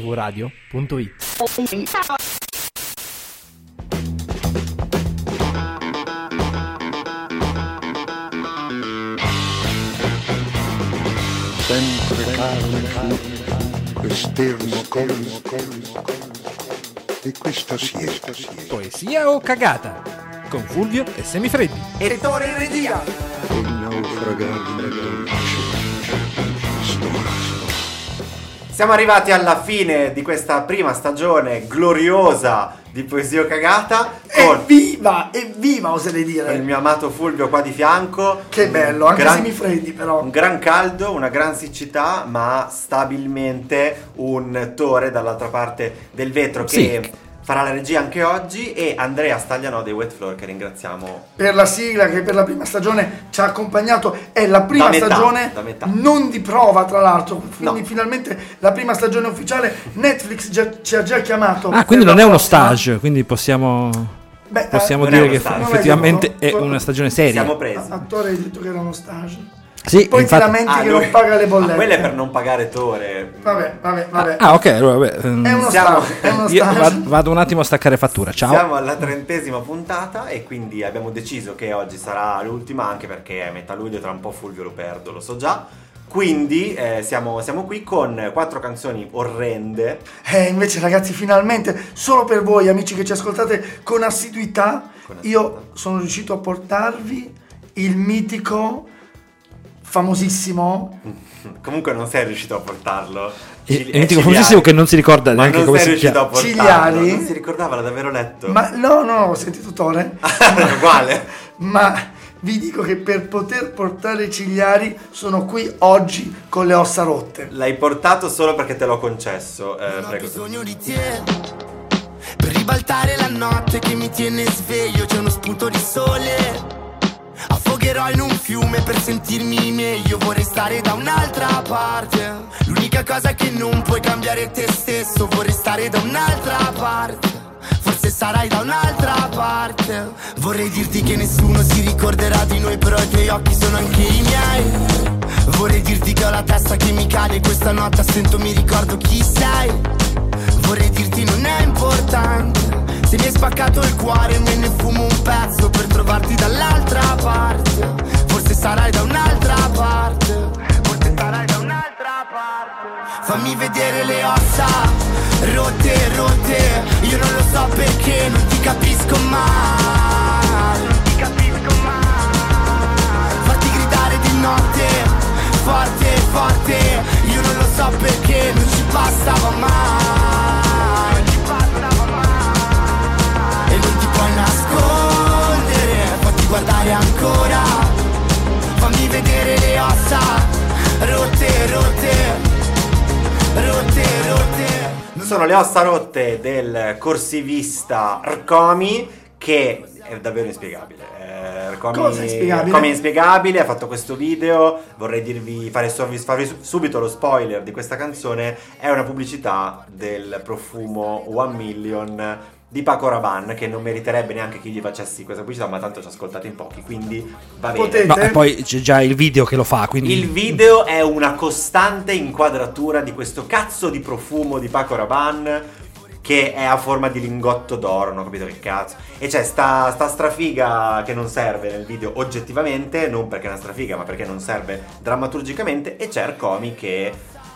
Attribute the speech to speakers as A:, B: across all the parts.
A: mvradio.it
B: sempre carne, esterno, colmo, colmo, e questa siesta, siesta,
A: Poesia o cagata? Con Fulvio e Semifreddi.
B: il naufragare della luce, stomaco.
C: Siamo arrivati alla fine di questa prima stagione gloriosa di Poesia Cagata
D: Eh,
C: con
D: Evviva, evviva oserei
C: il
D: dire.
C: mio amato Fulvio qua di fianco.
D: Che bello, anche
C: Gran-
D: se mi freddi però.
C: Un gran caldo, una gran siccità, ma stabilmente un Tore dall'altra parte del vetro che farà la regia anche oggi e Andrea Stagliano dei Wet Floor che ringraziamo.
D: Per la sigla che per la prima stagione ci ha accompagnato, è la prima
C: Da metà,
D: stagione
C: da metà.
D: non di prova tra l'altro, quindi
C: No.
D: finalmente la prima stagione ufficiale Netflix già- ci ha già chiamato.
E: Ah, quindi
D: per
E: non è
D: la
E: uno
D: prossima.
E: stage, quindi possiamo,
D: Beh,
E: possiamo
C: eh, non è
E: dire
C: uno
E: che
C: stage.
E: effettivamente
D: Non è
E: è
D: vero, no.
E: una stagione seria.
C: Siamo
D: a-
C: presi.
D: Ah, Attore hai detto che era uno stage.
E: Sì,
D: Poi
E: infatti-
D: ti lamenti che
C: lui-
D: non paga le
C: Ah,
D: bollette.
C: quella è per non pagare Tore.
D: Vabbè, vabbè, vabbè.
E: Ah, ok, allora, vabbè, ehm,
D: è uno
C: siamo-
D: stage, è uno
E: io
D: stage.
E: vado, vado un attimo a staccare fattura. Ciao.
C: Siamo alla trentesima puntata e quindi abbiamo deciso che oggi sarà l'ultima anche perché è metà luglio, tra un po' Fulvio lo perdo, lo so già. Quindi eh, siamo, siamo qui con quattro canzoni orrende.
D: Eh, invece ragazzi, finalmente, solo per voi amici che ci ascoltate con assiduità,
C: Con assiduità.
D: io sono riuscito a portarvi il mitico, famosissimo,
C: Comunque non sei riuscito a portarlo.
E: E-
C: Cili- eh,
E: e mi Eh, dico
C: Ciliari.
E: famosissimo che non si ricorda
C: Ma
E: neanche
C: non
E: come
C: sei
E: si
C: riuscito
E: chiama.
C: a portarlo.
D: Ciliari?
C: Non si ricordava, l'ha davvero letto.
D: ma no, no, ho sentito Tore,
C: Era uguale.
D: ma vi dico che per poter portare i cigliari sono qui oggi con le ossa rotte.
C: L'hai portato solo perché te l'ho concesso. eh,
F: Non ho
C: prego.
F: bisogno di te Per ribaltare la notte che mi tiene sveglio C'è uno spunto di sole Affogherò in un fiume per sentirmi meglio Vorrei stare da un'altra parte L'unica cosa che non puoi cambiare è te stesso Vorrei stare da un'altra parte Forse sarai da un'altra parte Vorrei dirti che nessuno si ricorderà di noi Però i tuoi occhi sono anche i miei Vorrei dirti che ho la testa che mi cade Questa notte sento mi ricordo chi sei Vorrei dirti non è importante Se mi hai spaccato il cuore me ne fumo un pezzo Per trovarti dall'altra parte Forse sarai da un'altra parte Forse sarai da un'altra parte Fammi vedere le ossa Rotte, rotte Io non lo so perché non ti capisco mai Non ti capisco mai Fatti gridare di notte, forte, forte Io non lo so perché non ci passava mai Non ci passava mai E non ti puoi nascondere, fatti guardare ancora Fammi vedere le ossa, rotte, rotte Rotte, rotte
C: Sono le ossa rotte del corsivista Rcomi che è davvero inspiegabile. Eh, Rcomi,
D: Cosa è inspiegabile?
C: Rcomi è inspiegabile, ha fatto questo video, vorrei dirvi, fare sov- farvi su- subito lo spoiler di questa canzone, è una pubblicità del profumo One Million di Paco Rabanne che non meriterebbe neanche che gli facessi questa pubblicità, ma tanto ci ascoltate in pochi, quindi va bene.
D: Potete-
E: No, e poi c'è già il video che lo fa, quindi
D: Mm.
C: Il video è una costante inquadratura di questo cazzo di profumo di Paco Rabanne che è a forma di lingotto d'oro, non ho capito che cazzo. E c'è sta, sta strafiga che non serve nel video oggettivamente, non perché è una strafiga, ma perché non serve drammaturgicamente, e c'è Arcomi che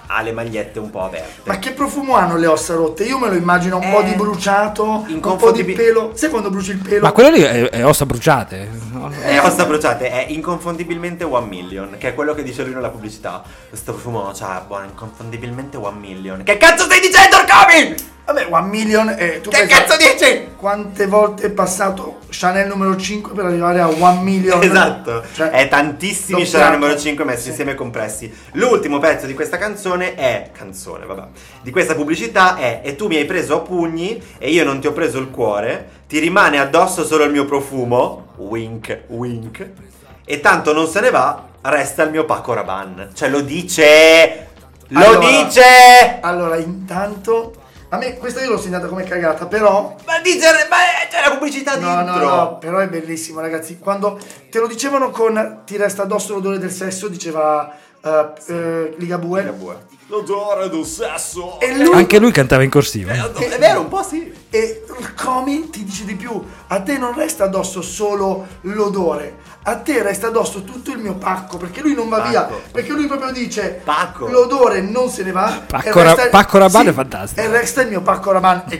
C: ha le magliette un po' aperte.
D: Ma che profumo hanno le ossa rotte? Io me lo immagino un po'
C: Eh,
D: di bruciato, un po' di
C: inconfondibili-
D: pelo. Sai quando bruci il pelo?
E: Ma quello lì è, è ossa bruciate. no?
C: E ossa Eh, bruciate è inconfondibilmente One Million, che è quello che dice lui nella pubblicità. Questo profumo, cioè, buono, inconfondibilmente One Million. Che cazzo stai dicendo, Arcomi?
D: Vabbè, One Million eh, tu
C: Che
D: pensa-
C: cazzo dici?
D: Quante volte è passato Chanel numero 5 per arrivare a 1 million?
C: Esatto,
D: Cioè, Eh,
C: è tantissimi
D: lo
C: Chanel
D: siamo.
C: numero 5 messi
D: Sì.
C: insieme e compressi. L'ultimo pezzo di questa canzone è canzone, vabbè. Di questa pubblicità è e tu mi hai preso a pugni e io non ti ho preso il cuore, ti rimane addosso solo il mio profumo, wink wink. E tanto non se ne va, resta il mio Paco Rabanne. Cioè lo dice lo
D: Allora.
C: dice
D: Allora, intanto, a me questa io l'ho segnata come cagata, però.
C: ma dice ma c'è la pubblicità
D: No, no,
C: dentro.
D: no, però è bellissimo, ragazzi. Quando te lo dicevano con ti resta addosso l'odore del sesso, diceva eh, eh, eh, Ligabue.
C: Ligabue.
G: L'odore del sesso.
D: E lui,
E: Anche lui cantava in corsivo.
C: È vero, un po' sì.
D: e Comi ti dice di più, a te non resta addosso solo l'odore, a te resta addosso tutto il mio pacco, perché lui non va
C: Pacco.
D: via, perché lui proprio dice
C: Pacco.
D: l'odore non se ne va.
E: Pacco
D: e
E: Ra- Pacco Rabanne è fantastico.
D: E resta il mio pacco Raban, è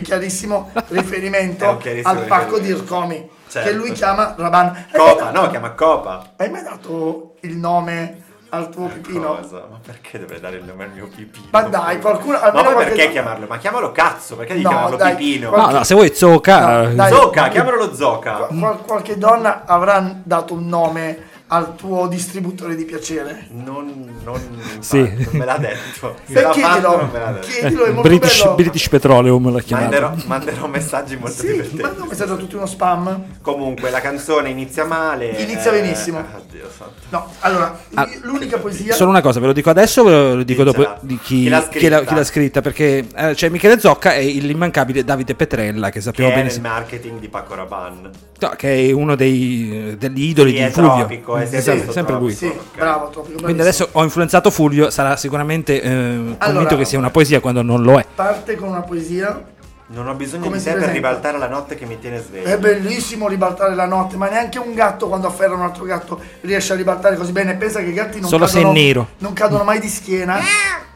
D: chiarissimo
C: È
D: riferimento
C: un chiarissimo
D: al pacco di
C: riferimento.
D: Ircomi,
C: Certo.
D: che lui chiama Raban. Hai mai
C: Copa,
D: dato-
C: no, chiama Copa.
D: Hai mai dato il nome al tuo pipino?
C: Eh, Cosa? Ma perché dovrei dare il nome al mio pipino?
D: Ma dai, qualcuno-
C: Ma
D: almeno
C: poi
D: qualche-
C: perché chiamarlo? Ma chiamalo cazzo, perché devi
D: No,
C: chiamarlo
D: dai,
C: pipino?
D: qual-
E: No, no, se vuoi zocca.
D: No, dai.
C: Zoca, chiamalo lo Zoca.
D: Qual- qualche donna avrà dato un nome al tuo distributore di piacere?
C: Non, non,
E: Sì.
C: infatti, non me l'ha detto. Se
D: Beh,
C: l'ha fatto, non
D: chiedilo,
C: me l'ha detto.
D: chiedilo, è molto
E: British,
D: bello.
E: British Petroleum l'ha chiamato.
C: Manderò, manderò messaggi molto
D: Sì,
C: divertenti.
D: ma non è stato tutto uno spam?
C: Comunque, la canzone inizia male.
D: Inizia
C: eh,
D: benissimo.
C: Oddio, santo.
D: No, allora, l'unica poesia...
E: Ah. Solo una cosa, ve lo dico adesso o ve lo dico
C: Dicela.
E: dopo di chi,
C: Chi l'ha
E: chi l'ha,
C: scritta.
E: chi l'ha scritta? Perché eh, c'è Michele Zocca e l'immancabile Davide Petrella, che
C: Che
E: sappiamo
C: è nel
E: benissimo,
C: marketing di Paco Rabanne.
E: no, che è uno dei, degli idoli
C: Sì,
E: di
C: è
E: Fulvio.
C: tropico, è sempre
E: Esatto,
C: stato
E: sempre lui.
C: tropico.
D: Sì,
C: Ok.
D: bravo, troppo
E: Quindi adesso ho influenzato Fulvio, sarà sicuramente eh, convinto che sia una poesia quando non lo è.
D: Parte con una poesia.
C: Non ho bisogno
D: Come
C: di
D: si
C: te per
D: presenta? Eh
C: ribaltare la notte che mi tiene sveglio.
D: È bellissimo ribaltare la notte, ma neanche un gatto quando afferra un altro gatto riesce a ribaltare così bene. Pensa che i gatti non,
E: Solo se è
D: cadono,
E: nero.
D: non cadono mai di schiena.
C: Ah.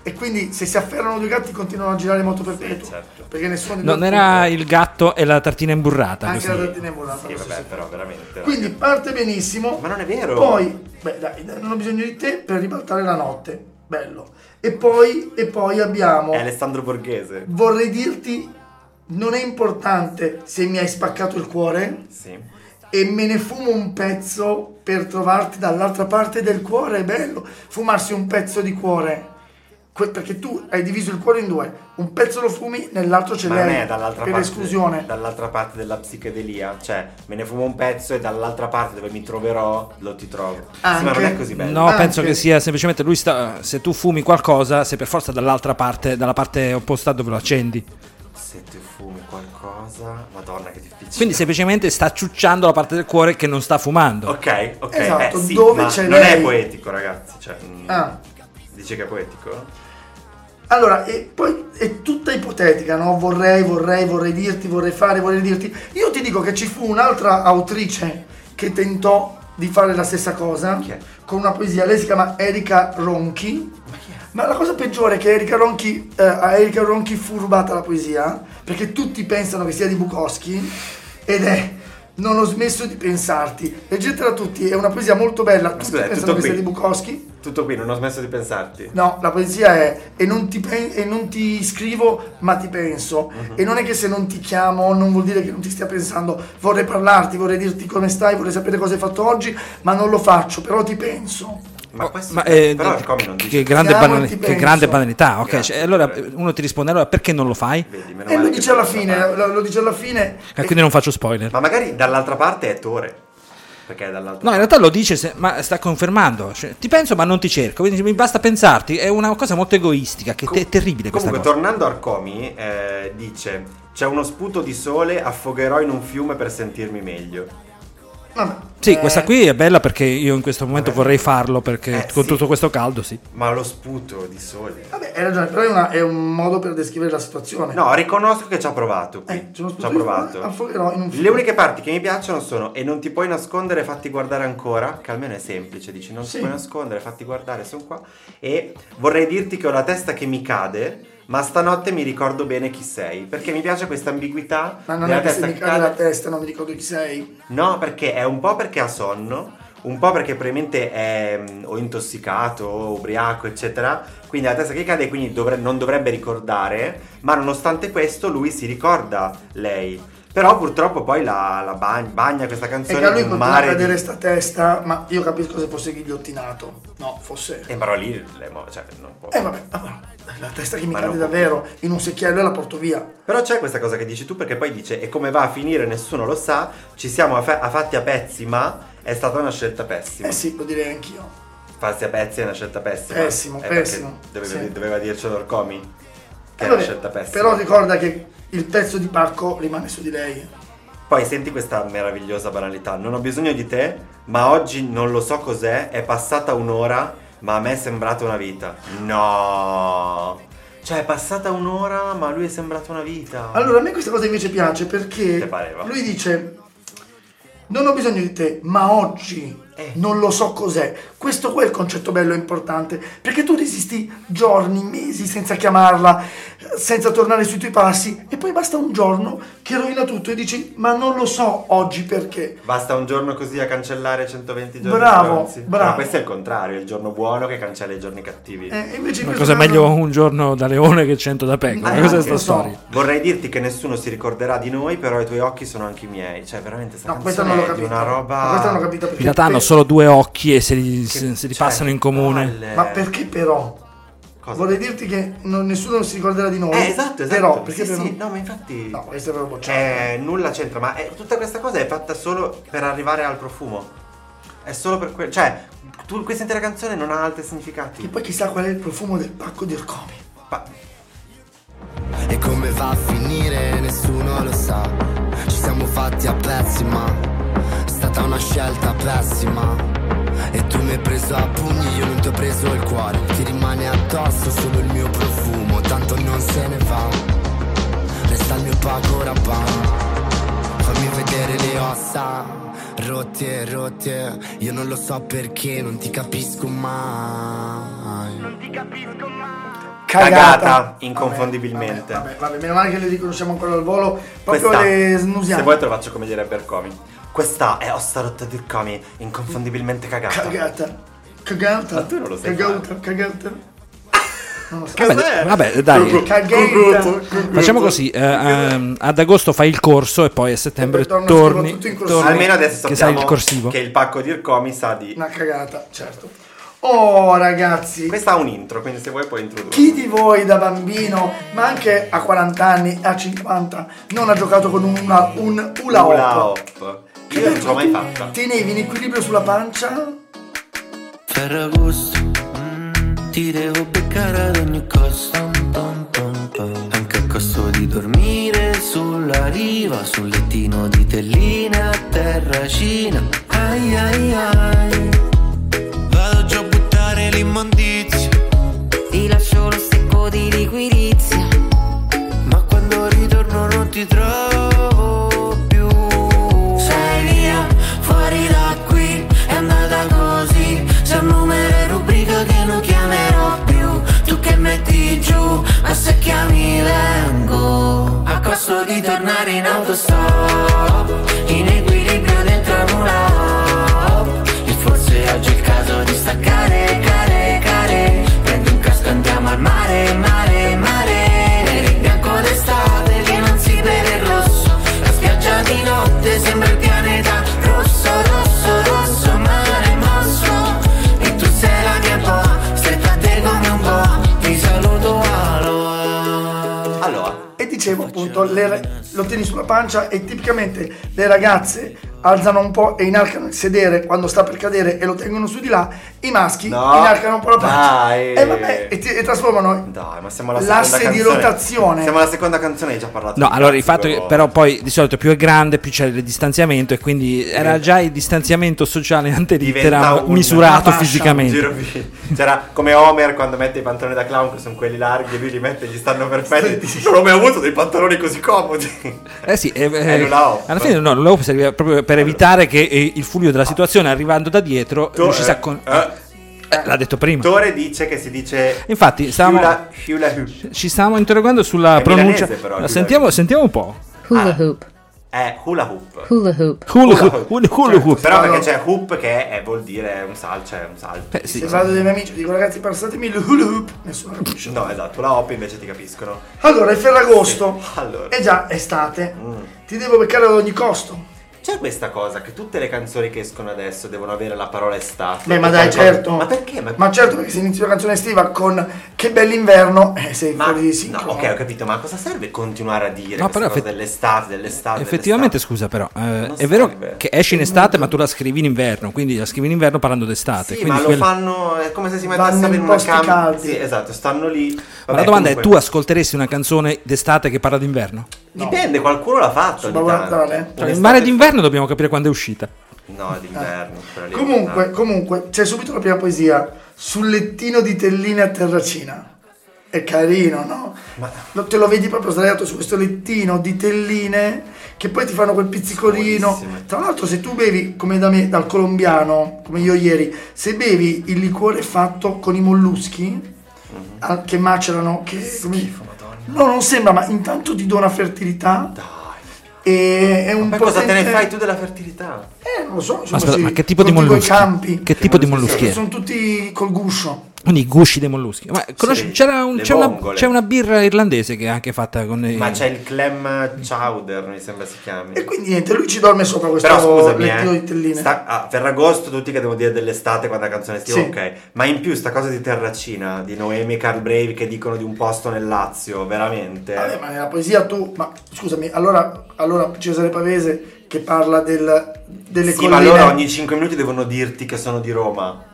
D: E quindi se si afferrano due gatti continuano a girare molto perpetuo.
C: certo.
D: Perché nessuno
E: Non era il gatto e la tartina imburrata.
D: anche
E: questo.
D: la tartina è volata.
C: Sì,
D: lo so,
C: vabbè,
D: sì.
C: però veramente.
D: Quindi parte benissimo.
C: Ma non è vero.
D: Poi, beh, dai, non ho bisogno di te per ribaltare la notte. Bello. E poi, e poi abbiamo.
C: È Alessandro Borghese.
D: Vorrei dirti: non è importante se mi hai spaccato il cuore.
C: Sì.
D: E me ne fumo un pezzo per trovarti dall'altra parte del cuore. È bello fumarsi un pezzo di cuore. Que- perché tu hai diviso il cuore in due. Un pezzo lo fumi, nell'altro ce
C: Ma
D: l'hai.
C: non è dall'altra
D: Cioè, per
C: parte.
D: esclusione.
C: Dall'altra parte della psichedelia. Cioè, me ne fumo un pezzo e dall'altra parte dove mi troverò lo ti trovo. Sì, ma
D: Anche-
C: non è così bello.
E: No,
D: Anche.
E: penso che sia semplicemente lui sta. Se tu fumi qualcosa, sei per forza dall'altra parte, dalla parte opposta dove lo accendi.
C: Se tu fumi qualcosa. Madonna, che difficile.
E: Quindi semplicemente sta ciucciando la parte del cuore che non sta fumando.
C: Ok, ok.
D: Esatto,
C: eh, sì,
D: dove
C: ma
D: c'è
C: non
D: lei?
C: è poetico, ragazzi. Cioè, mm,
D: Ah.
C: Dice che è poetico?
D: Allora, e poi è tutta ipotetica, no? Vorrei, vorrei, vorrei dirti, vorrei fare, vorrei dirti. Io ti dico che ci fu un'altra autrice che tentò di fare la stessa cosa
C: Chi è?
D: con una poesia. Lei si chiama Erika Ronchi. Ma la cosa peggiore è che Erika Ronchi, eh, a Erika Ronchi fu rubata la poesia, perché tutti pensano che sia di Bukowski, ed è Non ho smesso di pensarti. Leggetela tutti, è una poesia molto bella, tutti
C: scusa, è
D: pensano che
C: tutto
D: sia di
C: qui?
D: Bukowski.
C: Tutto qui, non ho smesso di pensarti.
D: No, la poesia è e non ti, pen- e non ti scrivo ma ti penso.
C: Mhm.
D: E non è che se non ti chiamo non vuol dire che non ti stia pensando. Vorrei parlarti, vorrei dirti come stai, vorrei sapere cosa hai fatto oggi, ma non lo faccio, però ti penso.
C: Ma questo.
E: Ma, eh,
C: però
E: che-
C: Ercomi non dice.
E: che, grande
D: Ti amo e
E: banali-
D: ti
E: che
D: penso.
E: grande banalità. Ok,
C: Grazie,
E: cioè, allora
C: prego.
E: uno ti risponde: allora perché non lo fai? Eh,
C: Vedi, meno
D: E
C: male
D: lo
C: che Eh.
D: dice alla
C: questa
D: fine,
C: parte-
D: lo, lo dice alla fine.
E: quindi non faccio spoiler.
C: Ma magari dall'altra parte è Tore. Perché è dall'altra
E: No, in realtà lo dice, se- ma sta confermando. cioè, ti penso, ma non ti cerco. Quindi mi basta pensarti. È una cosa molto egoistica. Che te- è terribile questa
C: Comunque,
E: cosa.
C: tornando a Arcomi, eh, dice: C'è uno sputo di sole, affogherò in un fiume per sentirmi meglio.
D: Vabbè.
E: Sì,
D: Eh,
E: questa qui è bella perché io in questo momento vorrei farlo. Perché
C: Eh,
E: con
C: sì.
E: tutto questo caldo, sì.
C: Ma lo sputo di sole.
D: Vabbè, hai ragione, però è, una- è un modo per descrivere la situazione.
C: No, riconosco che ci ha provato. qui.
D: Eh, c'è uno
C: ci ha
D: spazio di fuoco,
C: provato.
D: Affogherò in un
C: Le uniche parti che mi piacciono sono E non ti puoi nascondere, fatti guardare ancora. Che almeno è semplice. Dici: Non
D: Sì.
C: ti puoi nascondere, fatti guardare, sono qua. E vorrei dirti che ho la testa che mi cade. Ma stanotte mi ricordo bene chi sei. Perché mi piace questa ambiguità.
D: Ma non
C: della
D: è che se
C: testa
D: mi
C: che
D: cade
C: cade.
D: la testa, non mi ricordo chi sei.
C: No, perché è un po' perché ha sonno, un po' perché probabilmente è mm, o intossicato, o ubriaco, eccetera. Quindi ha la testa che cade, quindi dovre- non dovrebbe ricordare. Ma nonostante questo, lui si ricorda lei. Però purtroppo poi la, la ba- bagna questa
D: E
C: canzone
D: che a lui
C: di un
D: continua a
C: mare.
D: cadere
C: Di...
D: sta testa, ma io capisco se fosse ghigliottinato. No, fosse...
C: E però lì, le mo- cioè, non può.
D: Eh vabbè, ah, la testa che mi
C: Ma
D: cade
C: no.
D: davvero in un secchiello e la porto via.
C: Però c'è questa cosa che dici tu, perché poi dice: E come va a finire, nessuno lo sa. Ci siamo a, fa- a fatti a pezzi, ma è stata una scelta pessima.
D: Eh sì, lo direi anch'io.
C: Farsi a pezzi è una scelta pessima.
D: Pessimo,
C: Eh, perché
D: pessimo,
C: Doveva,
D: sì.
C: doveva dircelo Orcomi. Che è
D: Eh,
C: una
D: vabbè,
C: scelta pessima.
D: però ricorda che il pezzo di pacco rimane su di lei.
C: Poi senti questa meravigliosa banalità. Non ho bisogno di te, ma oggi non lo so cos'è. È passata un'ora. ma a me è sembrata una vita. No. Cioè è passata un'ora, ma a lui è sembrata una vita.
D: Allora, a me questa cosa invece piace
C: Te
D: perché
C: pareva.
D: lui dice: Non ho bisogno di te, ma oggi
C: Eh.
D: non lo so cos'è. Questo qua è il concetto bello e importante. Perché tu resisti giorni, mesi senza chiamarla, senza tornare sui tuoi passi, e poi basta un giorno che rovina tutto e dici: Ma non lo so oggi perché.
C: Basta un giorno così a cancellare 120 giorni
D: Bravo,
C: stronzi.
D: bravo.
C: No, questo è il contrario, è il giorno buono che cancella i giorni cattivi.
D: Eh, invece
E: Una
D: questo
E: cosa è
D: non-
E: meglio un giorno da leone che cento da pecora.
D: Ah,
E: Questa è
D: anche,
E: sta
D: lo so.
E: storia.
C: Vorrei dirti che nessuno si ricorderà di noi, però i tuoi occhi sono anche i miei. Cioè, veramente sta
D: No, questa
C: canzone
D: non l'ho
C: è di
D: capita.
C: una roba.
D: Ma Questa non l'ho capita perché.
E: In realtà hanno
D: per-
E: solo due occhi e se li,
C: che-
E: se- se li
C: cioè,
E: passano in comune.
C: palle.
D: Ma perché però?
C: Eh. Cosa?
D: Vorrei dirti che non- nessuno si ricorderà di noi.
C: Eh, esatto, esatto.
D: Però, perché
C: sì,
D: però...
C: sì, no, ma infatti.
D: No, questo è proprio bocciato.
C: Eh, nulla c'entra, ma è- tutta questa cosa è fatta solo per arrivare al profumo. È solo per quello. Cioè, tu- questa intera canzone non ha altri
D: Che
C: significati.
D: poi chissà qual è il profumo del pacco di Orcomi.
C: Pa-
F: E come va a finire nessuno lo sa Ci siamo fatti a pezzi ma È stata una scelta pessima E tu mi hai preso a pugni Io non ti ho preso il cuore Ti rimane addosso solo il mio profumo Tanto non se ne va Resta il mio paco rabanne Fammi vedere le ossa rotte, rotte. Io non lo so perché, non ti capisco mai.
C: Cagata,
D: Vabbè,
C: inconfondibilmente.
D: Vabbè, vabbè, vabbè, meno male che le riconosciamo ancora al volo. Proprio
C: questa-
D: le
C: Se
D: snusiamo.
C: vuoi te lo faccio come direbbe Ercomi. Questa è Ossa Rotta di Ercomi, inconfondibilmente cagata.
D: Cagata. Cagata.
C: Ma tu non lo sai
D: Cagata, cagata. Non lo so.
C: eh,
E: Vabbè, vabbè, dai. eh,
D: Cagata.
E: Facciamo così, eh, ehm, ad agosto fai il corso e poi a settembre
D: E poi torno,
E: torni,
D: scrivo tutto in corsivo.
E: torni
C: Almeno adesso
E: che sai
C: sappiamo
E: il corsivo.
C: che il pacco di Ercomi sa di.
D: Una cagata, certo. Oh, ragazzi.
C: Questa ha un intro, quindi se vuoi puoi introdurre.
D: Chi di voi da bambino, ma anche a 40 anni, a 50, non ha giocato con una, un hula hoop?
C: Hula hoop. Io non ce l'ho mai fatta.
D: Tenevi in equilibrio sulla pancia?
H: Ferragosto Ti devo beccare ad ogni costo Tom, tom, tom. Anche a costo di dormire sulla riva Sul lettino di telline a terracina Ai ai ai Vado già a buttare l'immondizia
I: Ti lascio lo secco di liquirizia
H: Ma quando ritorno non ti trovo più Sei via, fuori da qui, è andata così C'è un numero e rubrica che non chiamerò più Tu che metti giù, ma se chiami vengo A costo di tornare in autostop In equilibrio dentro una hop E forse oggi è il caso di staccare, care, care Prendi un casco e andiamo al mare, mare, mare Nero e bianco d'estate che non si vede il rosso La spiaggia di notte sembra il pianeta Rosso, rosso, rosso, mare mosso E tu sei la mia boa, stretta a te come un boa Ti saluto aloha
C: Allora,
D: E dicevo appunto, le- lo tieni sulla pancia e tipicamente le ragazze alzano un po' e inarcano il sedere quando sta per cadere e lo tengono su di là, i maschi
C: No.
D: inarcano un po' la pancia
C: Dai.
D: e vabbè, e, ti- e trasformano.
C: dai, ma siamo alla seconda
D: L'asse di
C: canzone.
D: rotazione.
C: Siamo alla seconda canzone, hai già parlato.
E: No,
C: di
E: allora il
C: cazzo,
E: fatto che
C: però-
E: però poi di solito più è grande più c'è il distanziamento e quindi era già il distanziamiento sociale ante
C: Diventa
E: litteram
C: un-
E: misurato
D: una fascia,
E: fisicamente.
C: Giro vi- C'era come Homer quando mette i pantaloni da clown, che sono quelli larghi, e lui li mette, gli stanno perfetti. Non ho mai avuto dei pantaloni così comodi.
E: Eh sì, eh,
C: È
E: eh,
C: l'ula hoop.
E: alla fine no, l'ula hoop serviva proprio per evitare che eh, il fulvio della situazione arrivando da dietro
C: To-
E: riuscisse a
C: eh,
E: con-
C: eh.
E: Eh, l'ha detto prima.
C: Tore dice che si dice.
E: Infatti, stavamo-
C: Hula, hula hoop.
E: Ci stiamo interrogando sulla
C: È
E: pronuncia.
C: milanese, però,
E: La
C: lui
E: sentiamo,
C: dai.
E: sentiamo un po'.
C: Hula hoop. È Eh, hula hoop.
I: Hula hoop
E: Hula
C: Hula
E: hoop,
C: hoop. Certo.
E: hula- hula hoop.
C: Però perché
D: Allora-
C: c'è hoop che è- vuol dire un salto, cioè un salto.
E: Eh, sì.
D: Se vado dai miei amici e dico ragazzi passatemi il hula hoop, nessuno capisce.
C: No, esatto, la hop invece ti capiscono.
D: Allora, è Ferragosto.
C: Sì, allora. Mm.
D: È già estate. Ti devo beccare ad ogni costo.
C: C'è questa cosa che tutte le canzoni che escono adesso devono avere la parola estate.
D: Beh, ma
C: o
D: dai,
C: qualcosa-
D: certo.
C: Ma perché?
D: Ma, certo, perché se inizio la canzone estiva con Che bell'inverno, eh, sei
C: ma-
D: fuori di
C: no,
D: sincrono.
C: ok, ho capito, ma a cosa serve continuare a dire
E: No,
C: questa
E: però
C: cosa
E: effett-
C: dell'estate, dell'estate?
E: Effettivamente,
C: dell'estate?
E: scusa, però eh, è
C: serve.
E: vero che esci in estate, ma tu la scrivi in inverno, quindi la scrivi in inverno parlando d'estate.
C: Sì,
E: quindi
C: ma lo
E: quella-
C: fanno è come se si mettessero
D: Vanno
C: in,
D: in
C: una
D: posti
C: camera.
D: caldi.
C: Sì, esatto, stanno lì.
E: Ma
C: Vabbè,
E: la domanda
C: comunque-
E: è: tu ascolteresti una canzone d'estate che parla d'inverno?
C: Dipende, qualcuno l'ha fatto.
D: Sul
C: ogni
D: Babbo
C: tanto.
D: Natale? Cioè,
E: Cioè,
C: Un'estate-
E: il mare d'inverno dobbiamo capire quando è uscita.
C: No, è d'inverno. quella lì è
D: Comunque,
C: d'inverno.
D: comunque, c'è subito la prima poesia sul lettino di tellina a terracina. È carino, no? Lo- Te lo vedi proprio sdraiato su questo lettino di telline che poi ti fanno quel pizzicolino. Tra l'altro, se tu bevi come da me, dal colombiano, come io ieri, se bevi il liquore fatto con i molluschi
C: Mhm.
D: ah, che macerano, che come- No, non sembra, ma intanto ti dona fertilità. E è un
C: Ma cosa te ne
D: potente-
C: fai tu della fertilità?
D: Eh, non lo so.
E: Ma,
D: insomma,
E: aspetta,
D: sì,
E: ma che tipo di
D: coltivo i
E: molluschi?
D: campi.
E: Che tipo di molluschi è?
D: Sono tutti col guscio.
E: Quindi i gusci dei molluschi. Ma conosci-
C: Sì,
E: c'era un-
C: le
E: c'è, una,
C: vongole.
E: c'è una birra irlandese che è anche fatta con. i-
C: Ma c'è il Clem Chowder, mi sembra si chiami.
D: E quindi niente, lui ci dorme sopra questo
C: Però scusami,
D: lettino di
C: eh,
D: telline.
C: sta, ah, Ferragosto tutti che devo dire dell'estate quando la canzone estiva,
D: Sì.
C: ok. Ma in più sta cosa di Terracina, di Noemi e Carl Brave che dicono di un posto nel Lazio, veramente.
D: Vabbè, ma nella poesia tu, ma scusami, allora, allora Cesare Pavese che parla del, delle
C: sì, ma
D: colline.
C: loro ogni 5 minuti devono dirti che sono di Roma.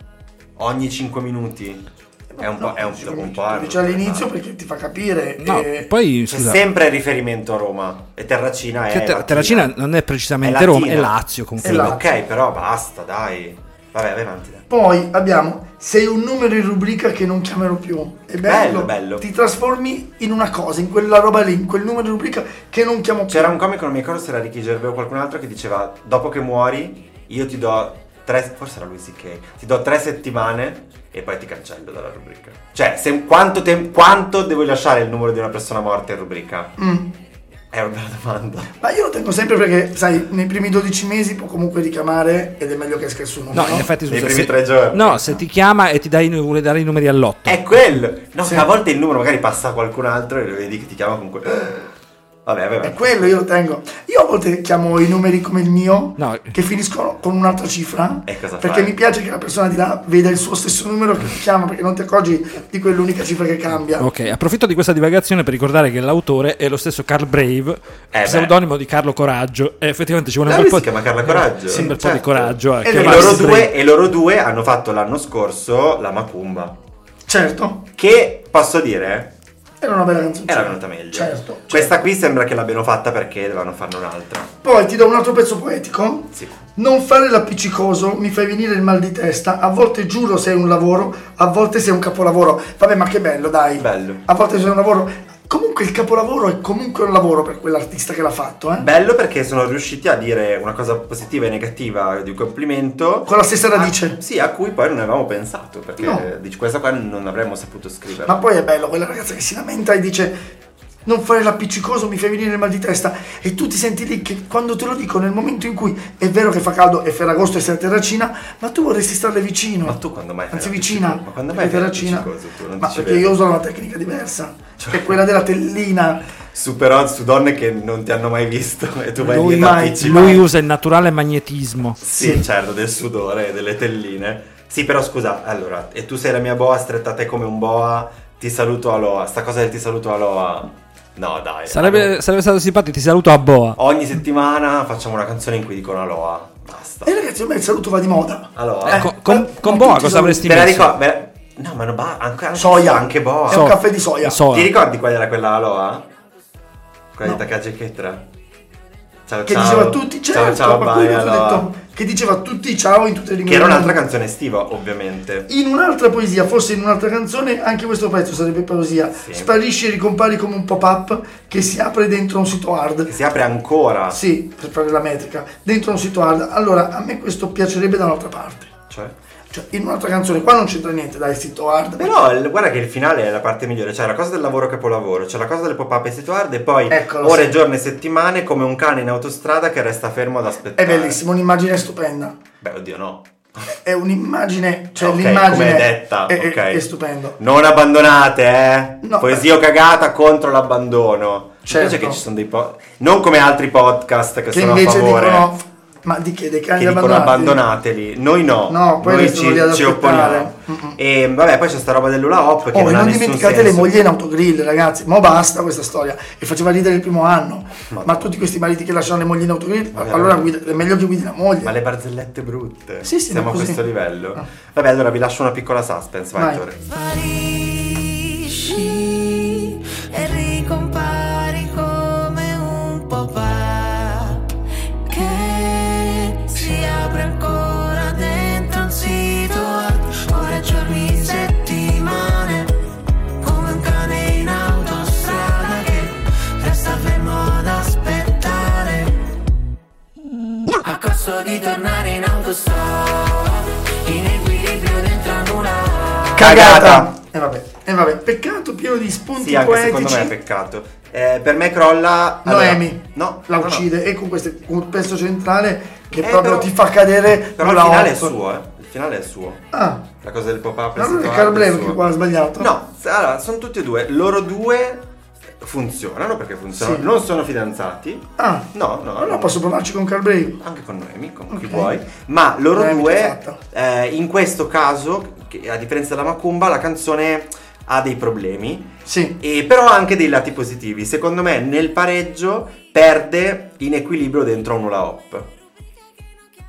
C: Ogni 5 minuti.
D: Eh,
C: È un po'... è un,
D: Sì,
C: dopo un po' eh.
D: lo
C: è
D: dice Cioè, all'inizio perché ti fa capire.
E: No,
D: eh,
E: poi
C: C'è
E: scusa.
C: sempre riferimento a Roma. E Terracina è...
E: che Ter-
C: Latina.
E: Terracina non è precisamente
C: È
E: Roma,
C: Latina.
E: è Lazio
C: Sì,
E: comunque.
D: È Lazio.
C: ok, però basta, dai. Vabbè, vai avanti. dai.
D: Poi abbiamo Sei un numero in rubrica che non chiamerò più. È bello,
C: Bello, bello.
D: Ti trasformi in una cosa, in quella roba lì, in quel numero in rubrica che non chiamo più.
C: C'era un comico, non mi ricordo se era Ricky Gervais o qualcun altro, che diceva: Dopo che muori, io ti do tre. Forse era lui CK. Ti do tre settimane e poi ti cancello dalla rubrica. Cioè, se- quanto, tem- quanto devo lasciare il numero di una persona morta in rubrica?
D: Mm.
C: È una bella domanda.
D: Ma io lo tengo sempre perché, sai, nei primi 12 mesi può comunque richiamare ed è meglio che esca il suo numero.
E: No, in effetti scusa,
C: Nei primi
E: se-
C: tre giorni.
E: No, se ti chiama e ti dai, vuole dare i numeri all'otto.
C: È quello! No,
D: Sì.
C: che a volte il numero magari passa a qualcun altro e lo vedi che ti chiama con quello. Vabbè, vabbè.
D: È quello, io lo tengo. Io a volte chiamo i numeri come il mio,
E: No.
D: che finiscono con un'altra cifra,
C: E cosa
D: perché
C: fai?
D: mi piace che la persona di là veda il suo stesso numero che ti chiama, perché non ti accorgi di quell'unica cifra che cambia.
E: Ok, approfitto di questa divagazione per ricordare che l'autore è lo stesso Carl Brave,
C: beh.
E: pseudonimo di Carlo Coraggio. E effettivamente ci vuole un
C: Ah,
E: bel
C: lui
E: po'
C: si chiama Carla Coraggio.
E: Sì, un bel po'
C: Certo.
E: di coraggio. a
D: E
C: E
E: chiamarsi
C: loro,
E: Brave.
C: due, e loro due hanno fatto l'anno scorso la Macumba.
D: Certo,
C: Che posso dire?
D: era una bella canzone.
C: Era venuta meglio.
D: Certo.
C: Questa qui sembra che l'abbiano fatta perché dovevano farne un'altra.
D: Poi ti do un altro pezzo poetico.
C: Sì.
D: Non fare l'appiccicoso mi fai venire il mal di testa. A volte giuro sei un lavoro, a volte sei un capolavoro. Vabbè, ma che bello, dai.
C: Bello.
D: A volte sei un lavoro. Comunque il capolavoro è comunque un lavoro per quell'artista che l'ha fatto, eh.
C: Bello perché sono riusciti a dire una cosa positiva e negativa di un complimento.
D: Con la stessa radice.
C: A- sì, a cui poi non avevamo pensato. Perché
D: No.
C: dici, questa qua non avremmo saputo scrivere.
D: Ma poi è bello quella ragazza che si lamenta e dice non fare l'appiccicoso mi fai venire il mal di testa e tu ti senti lì che quando te lo dico nel momento in cui è vero che fa caldo e Ferragosto e sei a Terracina ma tu vorresti starle vicino
C: Ma tu quando mai fai
D: anzi vicina
C: l'appiccicoso? Ma quando
D: perché
C: mai fai
D: Terracina
C: l'appiccicoso tu? Non Cioè.
D: ma
C: ti ci
D: perché
C: vedo.
D: io uso una tecnica diversa che è quella della tellina
C: Super odds su donne che non ti hanno mai visto e tu vai
D: Lui
C: lì e
D: mai,
C: appicci.
E: Lui usa il naturale magnetismo.
C: Sì, certo, del sudore, delle telline. Sì, però scusa, allora, e tu sei la mia boa, stretta a te come un boa, ti saluto Aloha. Sta cosa del ti saluto Aloha, no dai.
E: Sarebbe, sarebbe stato simpatico, ti saluto a Boa.
C: Ogni settimana facciamo una canzone in cui dicono Aloha, basta.
D: e ragazzi a me il saluto va di moda
C: Aloha.
E: Eh,
C: Ecco,
E: con con-
D: ma-
E: con
D: ma
E: Boa
D: tutti
E: cosa
D: sono-
E: avresti
C: me la
E: messo?
C: ricordo, me la- No, ma non ba- anche, anche-
D: soia
C: anche boh. boa.
D: è un caffè di soia
E: So-
C: Ti ricordi qual era quella Aloha? Quella
D: No.
C: di Takagi Ketra? Ciao,
D: che
C: ciao.
D: diceva a tutti
C: ciao,
D: certo
C: ciao,
D: ma
C: bye,
D: quello che ti ho
C: Aloha.
D: detto, che diceva a tutti ciao in tutte le lingue
C: Che era un'altra
D: canzone
C: canzone estiva, ovviamente.
D: in un'altra poesia, forse in un'altra canzone, anche questo pezzo sarebbe poesia.
C: Sì.
D: Sparisci e ricompari come un pop-up che si apre dentro un sito hard.
C: Che si apre ancora.
D: Sì, per fare la metrica, dentro un sito hard. Allora, a me questo piacerebbe da un'altra parte.
C: Cioè?
D: Cioè, in un'altra canzone, qua non c'entra niente, dai, sito hard.
C: Però il- guarda che il finale è la parte migliore, cioè la cosa del lavoro capolavoro, c'è la cosa delle pop-up e situard e poi
D: Eccolo,
C: ore,
D: sì.
C: giorni e settimane come un cane in autostrada che resta fermo ad aspettare.
D: È bellissimo, un'immagine stupenda.
C: Beh, oddio no.
D: È un'immagine, cioè
C: Ok,
D: l'immagine
C: come è detta,
D: è, è-
C: ok.
D: è stupendo.
C: Non abbandonate, eh.
D: No,
C: Poesia o cagata contro l'abbandono.
D: Certo.
C: Invece che ci sono dei po- non come altri podcast che,
D: Che
C: sono a
D: invece
C: favore
D: dicono, ma di che? Dei cani
C: che dicono
D: abbandonati?
C: abbandonateli. Noi no.
D: No, poi
C: Noi
D: restano lì ad
C: ci, ci
D: aspettare.
C: opponiamo. E vabbè, poi c'è sta roba dell'ula hop che
D: Oh,
C: non
D: e
C: ha
D: non
C: nessun
D: dimenticate le
C: senso.
D: mogli in autogrill, ragazzi. Mo basta questa storia. E faceva ridere il primo anno. Ma tutti questi mariti che lasciano le mogli in autogrill, allora guida- è meglio che guidi la moglie.
C: Ma le barzellette brutte.
D: Sì, sì,
C: Siamo
D: ma
C: a
D: così. Ah.
C: questo livello. Vabbè, allora vi lascio una piccola suspense. Vai,
D: Vai.
C: Ettore.
H: Sparisci e ricompari come un pop-up che si apre ancora dentro un sito. Ora giorni
J: sento di tornare in autostop In equilibrio dentro a nulla
C: Cagata.
D: E vabbè, e vabbè, peccato pieno di spunti
C: Sì, anche secondo
D: poetici.
C: me è peccato. Eh, per me crolla... allora,
D: Noemi
C: no,
D: la
C: no, no.
D: uccide e con questo con un pezzo centrale che
C: Eh,
D: proprio
C: però-
D: ti fa cadere
C: Però il
D: la
C: finale è
D: otto.
C: suo, eh. Il finale è suo.
D: Ah,
C: La cosa del pop-up è
D: ma non è
C: stato
D: Carl
C: anche
D: Breve
C: suo.
D: che qua ha sbagliato.
C: No, s- allora, sono tutti e due. Loro due funzionano perché funzionano.
D: Sì.
C: Non sono fidanzati.
D: Ah,
C: No, no.
D: allora
C: no.
D: posso provarci con Carl Brave.
C: Anche con Noemi, con chi
D: Ok.
C: vuoi. Ma loro
D: Noemi esatto. già
C: due,
D: fatta.
C: eh, in questo caso, che- a differenza della Macumba, la canzone ha dei problemi.
D: Sì.
C: E però ha anche dei lati positivi. Secondo me nel pareggio perde in equilibrio dentro a un hula hop.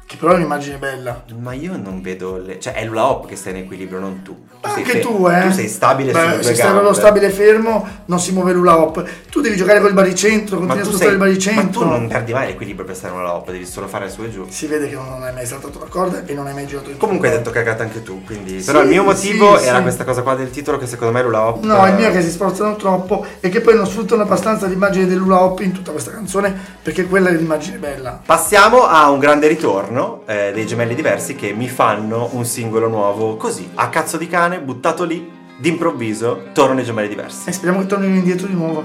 D: Che però è un'immagine bella.
C: Ma io non vedo le... Cioè è l'hula hop che sta in equilibrio, non tu. Tu sei
D: Anche
C: fe-
D: tu, eh.
C: Tu sei stabile
D: Beh,
C: sulle due
D: Se stai
C: gambe.
D: proprio stabile fermo, non si muove l'ula hop. Tu devi giocare col baricentro,
C: Ma
D: continui a
C: tu,
D: spostare
C: sei...
D: il
C: ma tu
D: baricentro.
C: non perdi mai l'equilibrio per stare in hula hop, devi solo fare su e giù.
D: Si vede che non hai mai saltato la corda e non hai mai girato il
C: Comunque hai
D: culo.
C: detto cagata anche tu, quindi...
D: Sì,
C: Però il mio motivo
D: sì,
C: era
D: sì.
C: questa cosa qua del titolo che secondo me l'hula hop...
D: No, il mio è
C: eh,
D: che si sforzano troppo e che poi non sfruttano abbastanza l'immagine dell'ula hop in tutta questa canzone perché quella è l'immagine bella.
C: Passiamo a un grande ritorno eh, dei gemelli diversi che mi fanno un singolo nuovo così, a cazzo di cane, buttato lì, d'improvviso, tornano i gemelli diversi.
D: E speriamo che tornino indietro di nuovo.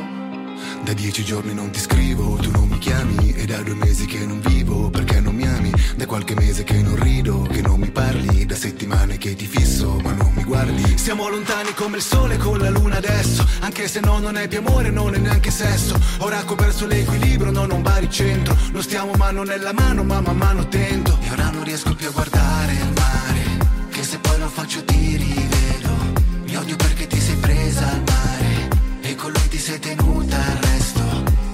F: Da dieci giorni non ti scrivo, tu non mi chiami E da due mesi che non vivo, perché non mi ami Da qualche mese che non rido, che non mi parli Da settimane che ti fisso, ma non mi guardi Siamo lontani come il sole con la luna adesso Anche se no non è più amore, non è neanche sesso Ora che ho perso l'equilibrio, non ho un baricentro Lo stiamo mano nella mano, ma man mano tento E ora non riesco più a guardare il mare Che se poi lo faccio ti rivedo Mi odio perché ti sei presa al mare E con lui ti sei tenuta al resto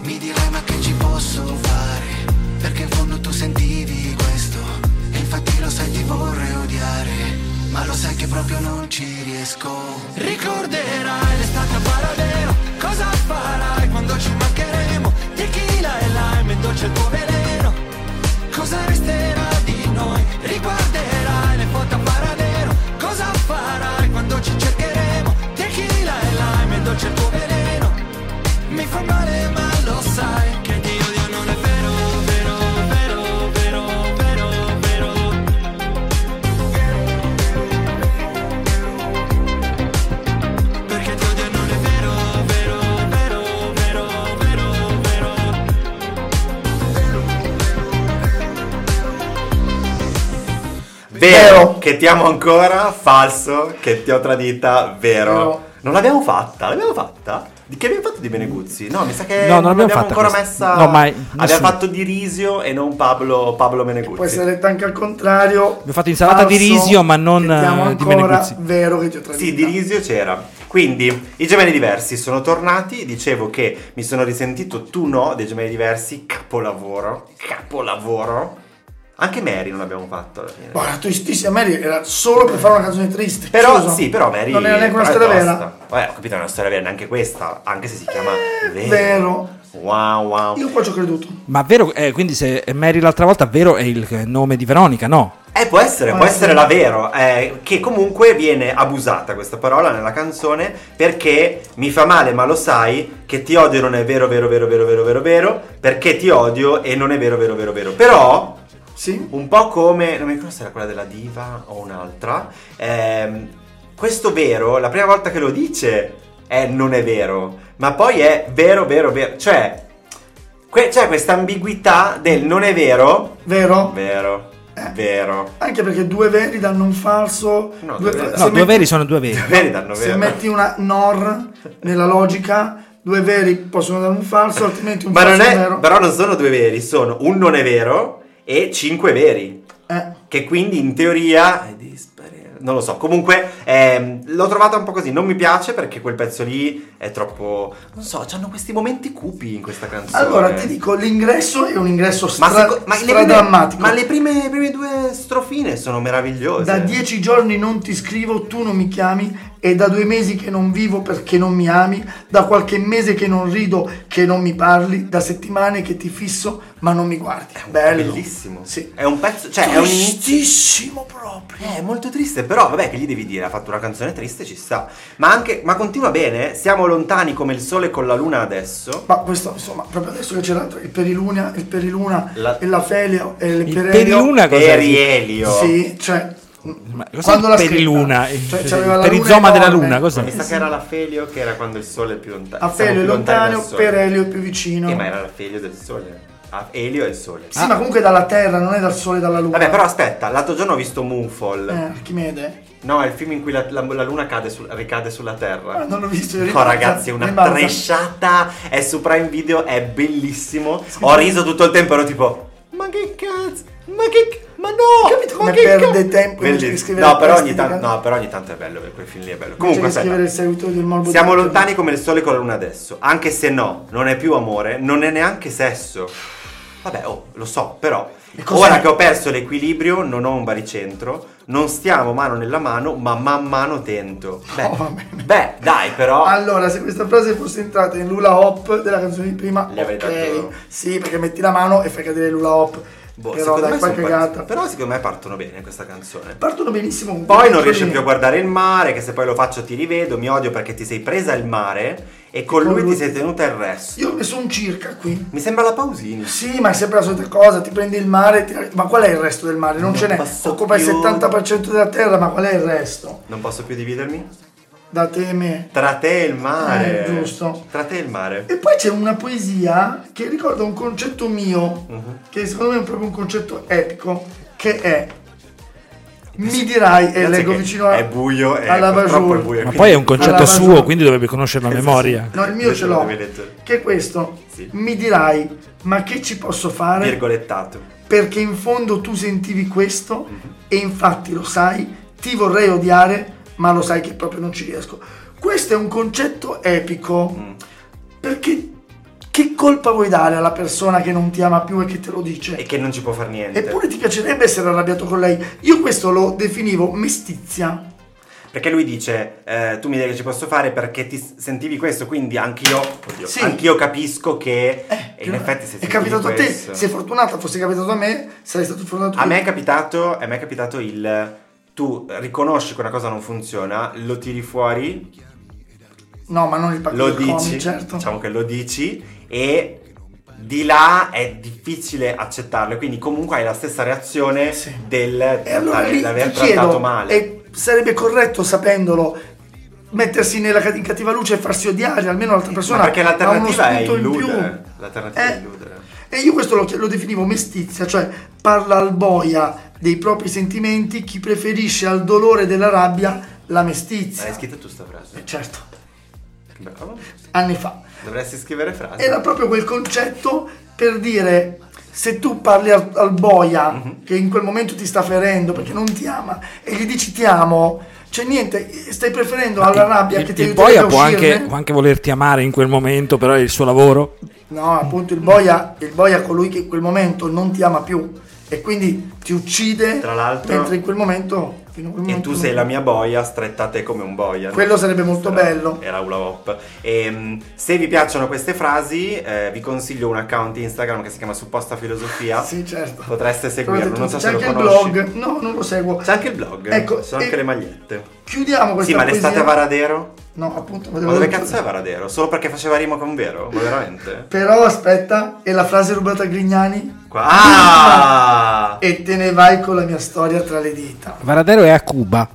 F: Mi dirai ma che ci posso fare Perché in fondo tu sentivi questo E infatti lo sai ti vorrei odiare Ma lo sai che proprio non ci riesco Ricorderai l'estate a Varadero Cosa farai quando ci mancheremo Tequila e lime e dolce il tuo veleno Cosa resterà di noi? Riguarderai le foto a paradero Cosa farai quando ci cercheremo? Tequila e lime e dolce il tuo veleno Mi fa male ma lo sai Che ti odio non è vero, vero, vero, vero, vero, vero Perché ti odio non è vero, vero, vero, vero, vero, vero
C: Vero che ti amo ancora, falso che ti ho tradita, vero.
D: Vero.
C: Non l'abbiamo fatta, l'abbiamo fatta? Di che abbiamo fatto di Beneguzzi? No, mi sa che
E: No, non l'abbiamo
C: abbiamo
E: fatta
C: ancora
E: questa.
C: messa.
E: No, mai,
C: Abbiamo
E: nessuno.
C: fatto di Risio e non Pablo, Pablo Meneguzzi.
D: Può essere letta anche al contrario. Abbiamo
E: fatto insalata di risio, ma non,
D: Sentiamo
E: eh, di
D: ancora
E: Meneguzzi.
D: vero che ti ho tradito.
C: Sì, di Risio c'era. Quindi i gemelli diversi sono tornati. Dicevo che mi sono risentito tu no dei gemelli diversi. Capolavoro. Capolavoro. Anche Mary non l'abbiamo fatto alla fine.
D: Guarda, tristissima Mary era solo per fare una canzone triste.
C: Però
D: scusa.
C: sì, però Mary
D: Non era neanche una
C: però è
D: storia
C: tosta.
D: vera.
C: Vabbè, ho capito, è una storia vera, neanche questa, anche se si chiama Vero.
D: Eh, vero.
C: Wow, wow.
D: Io qua ci ho creduto.
E: Ma vero, eh, quindi se è Mary l'altra volta, vero è il eh, nome di Veronica, no?
C: Eh, può essere, può
D: Ah,
C: essere
D: sì.
C: la vero, eh, che comunque viene abusata questa parola nella canzone perché mi fa male, ma lo sai che ti odio non è vero, vero, vero, vero, vero, vero, vero, perché ti odio e non è vero, vero, vero, vero. Però,
D: Sì?
C: un po' come, non mi ricordo se era quella della diva o un'altra, ehm, questo vero, la prima volta che lo dice è non è vero, ma poi è vero, vero, vero, cioè que- c'è questa ambiguità del non è vero,
D: Vero?
C: vero, vero.
D: Anche perché due veri danno un falso.
C: No, due
D: due,
C: veri-
D: se
E: No, due
D: metti-
E: veri sono due veri.
C: Veri danno
D: Se
C: vero.
D: metti una nor nella logica, due veri possono dare un falso, altrimenti un
C: Ma non
D: falso
C: è-
D: vero.
C: però non sono due veri, sono un non è vero e cinque veri.
D: Eh,
C: Che quindi in teoria. è dispare- Non lo so. Comunque ehm, l'ho trovata un po' così. Non mi piace perché quel pezzo lì è troppo. Non so, c'hanno questi momenti cupi in questa canzone.
D: Allora ti dico, l'ingresso è un ingresso
C: Ma,
D: stra-
C: seco- ma le, prime,
D: stradammatico.
C: ma le prime, le prime due strofine sono meravigliose.
D: Da dieci giorni non ti scrivo, tu non mi chiami è da due mesi che non vivo perché non mi ami, da qualche mese che non rido, che non mi parli, da settimane che ti fisso ma non mi guardi. Bello.
C: Bellissimo.
D: Sì.
C: È un pezzo, cioè è un inizio.
D: Tristissimo proprio.
C: Eh, È molto triste, però vabbè, che gli devi dire? Ha fatto una canzone triste, ci sta. Ma anche, ma continua bene. Siamo lontani come il sole con la luna adesso.
D: Ma questo, insomma, proprio adesso che c'era il Periluna, il Periluna
C: La-
D: e la Felio e il
E: Il
D: Perelio.
E: Periluna cos'è?
C: Perielio.
D: Sì, cioè
E: Ma cos'è
D: Quando
E: il
D: l'ha
E: periluna?
D: scritta?
E: Il-
D: Cioè,
E: il
D: c'aveva la
E: perizoma
D: luna
E: della
D: enorme.
E: luna,
C: Ma
E: cos'è?
C: mi sa che era la Felio che era quando il sole è più lontano.
D: a
C: siamo
D: Felio è
C: più lontani
D: lontano,
C: dal sole.
D: per Elio è più vicino.
C: Eh, ma era la Felio del sole. Ah, Elio è il sole.
D: Sì, ma comunque dalla Terra, non è dal Sole, dalla Luna.
C: Vabbè, però aspetta, l'altro giorno ho visto Moonfall.
D: Eh, Archimede.
C: No, è il film in cui la, la- la luna cade sul- ricade sulla Terra.
D: Ah, non l'ho visto, è
C: No,
D: rimasta-
C: Oh, ragazzi, è una
D: rimasta.
C: tresciata. È su Prime Video, è bellissimo. Ho riso tutto il tempo, ero tipo. Ma che cazzo? Ma che. c- Ma no!
D: Capito come
C: ma che
D: perde
C: cazzo?"
D: tempo invece
C: Bellissimo.
D: che scrivere
C: no, però
D: testi
C: ogni
D: di
C: tanto,
D: can-
C: no, però ogni tanto è bello quel film lì è bello.
D: Comunque
C: Comunque, aspetta.
D: scrivere il seguito del morbo
C: Siamo
D: di-
C: lontani come il sole con la luna adesso. Anche se no, non è più amore, non è neanche sesso. Vabbè, oh, lo so, però.
D: E cos'è?
C: Ora che ho perso l'equilibrio, non ho un baricentro, non stiamo mano nella mano, ma man mano tento. Beh,
D: va bene.
C: beh, dai, però.
D: Allora, se questa frase fosse entrata in Lula Hop della canzone di prima,
C: Le avrei dato-
D: ok. Sì, perché metti la mano e fai cadere Lula Hop.
C: boh,
D: però dai,
C: sono
D: qua cagata.
C: part- però secondo me partono bene questa canzone.
D: Partono benissimo. con
C: Poi
D: quei
C: non
D: piccoli-
C: riesce più a guardare il mare, che se poi lo faccio ti rivedo, mi odio perché ti sei presa il mare e con lui ti sei tenuta il resto.
D: Io ho messo un circa qui.
C: Mi sembra la Pausini.
D: Sì, ma è sempre la solita cosa, ti prendi il mare, ti- ma qual è il resto del mare? Non,
C: Non
D: ce n'è.
C: passo
D: Occupa il
C: più.
D: 70% della terra, ma qual è il resto?
C: Non posso più dividermi?
D: Da te e me.
C: Tra te e il mare.
D: Eh, giusto.
C: Tra te e il mare.
D: E poi c'è una poesia che ricorda un concetto mio,
C: Mhm.
D: che secondo me è proprio un concetto epico, che è mi dirai e
C: Grazie
D: leggo
C: che
D: vicino a,
C: è buio, è
D: alla
C: purtroppo
D: Bajor.
C: è buio.
E: Ma poi è un concetto
D: Alla
E: suo,
D: ragione.
E: quindi dovrebbe conoscerlo a memoria.
D: No, il mio ce l'ho.
C: Devi leggere.
D: Che è questo.
C: Sì.
D: Mi dirai, ma che ci posso fare?
C: Virgolettato.
D: Perché in fondo tu sentivi questo
C: Mhm.
D: e infatti lo sai, ti vorrei odiare, ma lo sai che proprio non ci riesco. Questo è un concetto epico.
C: Mm.
D: Perché che colpa vuoi dare alla persona che non ti ama più e che te lo dice?
C: E che non ci può fare niente.
D: Eppure ti piacerebbe essere arrabbiato con lei. Io questo lo definivo mestizia.
C: Perché lui dice: eh, Tu mi dai che ci posso fare perché ti s- sentivi questo, quindi anch'io. Oddio,
D: Sì.
C: Anch'io capisco che. Eh, e in
D: Che-
C: effetti, se
D: Cioè,
C: sentivi
D: è capitato a te.
C: questo-
D: Se fortunata fosse capitato a me, sarei stato fortunato
C: A
D: io.
C: me è capitato, a me è capitato il. Tu riconosci che una cosa non funziona, lo tiri fuori,
D: No, ma non Ah, il pacco
C: lo
D: del
C: dici,
D: comic, certo.
C: diciamo che lo dici e di là è difficile accettarlo, e quindi comunque hai la stessa reazione
D: Sì.
C: del
D: E allora
C: trattare-
D: lì
C: l'aver
D: ti chiedo,
C: Ah, trattato male.
D: e sarebbe corretto sapendolo mettersi nella, ca- in cattiva luce e farsi odiare almeno l'altra
C: Ma
D: persona
C: perché
D: ha uno
C: l'alternativa è
D: spunto in più.
C: illudere. L'alternativa è
D: Eh.
C: illudere.
D: E io questo lo, chi- lo definivo mestizia, cioè parla al boia dei propri sentimenti chi preferisce al dolore della rabbia la
C: Ma
D: mestizia.
C: l'hai scritta tu sta frase?
D: Certo,
C: Che
D: Cioè,
C: bravo.
D: anni fa.
C: Dovresti scrivere frasi.
D: Era proprio quel concetto per dire se tu parli al, al boia
C: Mhm.
D: che in quel momento ti sta ferendo perché non ti ama e gli dici ti amo, c'è niente, stai preferendo alla rabbia che ti
E: il
D: aiuterebbe
E: boia
D: a
E: può anche,
D: uscirne.
E: può anche volerti amare in quel momento, però è il suo lavoro.
D: No, appunto il boia, il boia è colui che in quel momento non ti ama più e quindi ti uccide
C: Tra l'altro-
D: mentre in quel momento fino a quel
C: E
D: momento
C: tu sei la mia boia, stretta a te come un boia.
D: Quello sarebbe molto
C: Era-
D: bello.
C: Era Ula Hop. Ehm, se vi piacciono queste frasi, eh, vi consiglio un account Instagram che si chiama Supposta Filosofia.
D: Sì, certo.
C: Potreste
D: Trovate
C: seguirlo, non
D: tutti.
C: so
D: C'è
C: se lo
D: anche il
C: conosci.
D: blog. No, non lo seguo.
C: C'è anche il blog,
D: Ecco,
C: ci sono anche
D: e-
C: le magliette.
D: Chiudiamo questa
C: Sì, ma l'estate a
D: poesia.
C: Varadero?
D: No, appunto,
C: Ma dove cazzo è Varadero? Solo perché faceva rima con vero? Ma veramente?
D: Però aspetta, e la frase rubata a Grignani?
C: Qua- Ah!
D: E te ne vai con la mia storia tra le dita.
E: Varadero è a Cuba.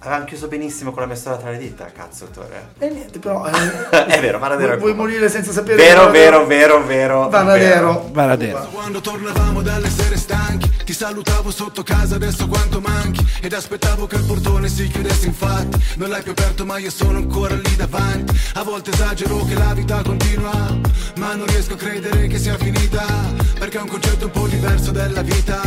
C: Avevamo chiuso benissimo con la mia storia tra le dita, cazzo, Tore.
D: E niente, però. eh,
C: È vero, Varadero. è
D: vuoi, vuoi
C: Cuba.
D: morire senza sapere.
C: Vero,
D: Varadero?
C: vero, vero, vero.
D: Varadero.
E: Varadero.
B: Quando tornavamo dalle sere stanchi, ti salutavo sotto casa, adesso quanto manchi. Ed aspettavo che il portone si chiudesse, infatti. Non l'hai più aperto, ma io sono ancora lì davanti. A volte esagero che la vita continua, ma non riesco a credere che sia finita. Perché è un concetto un po' diverso della vita.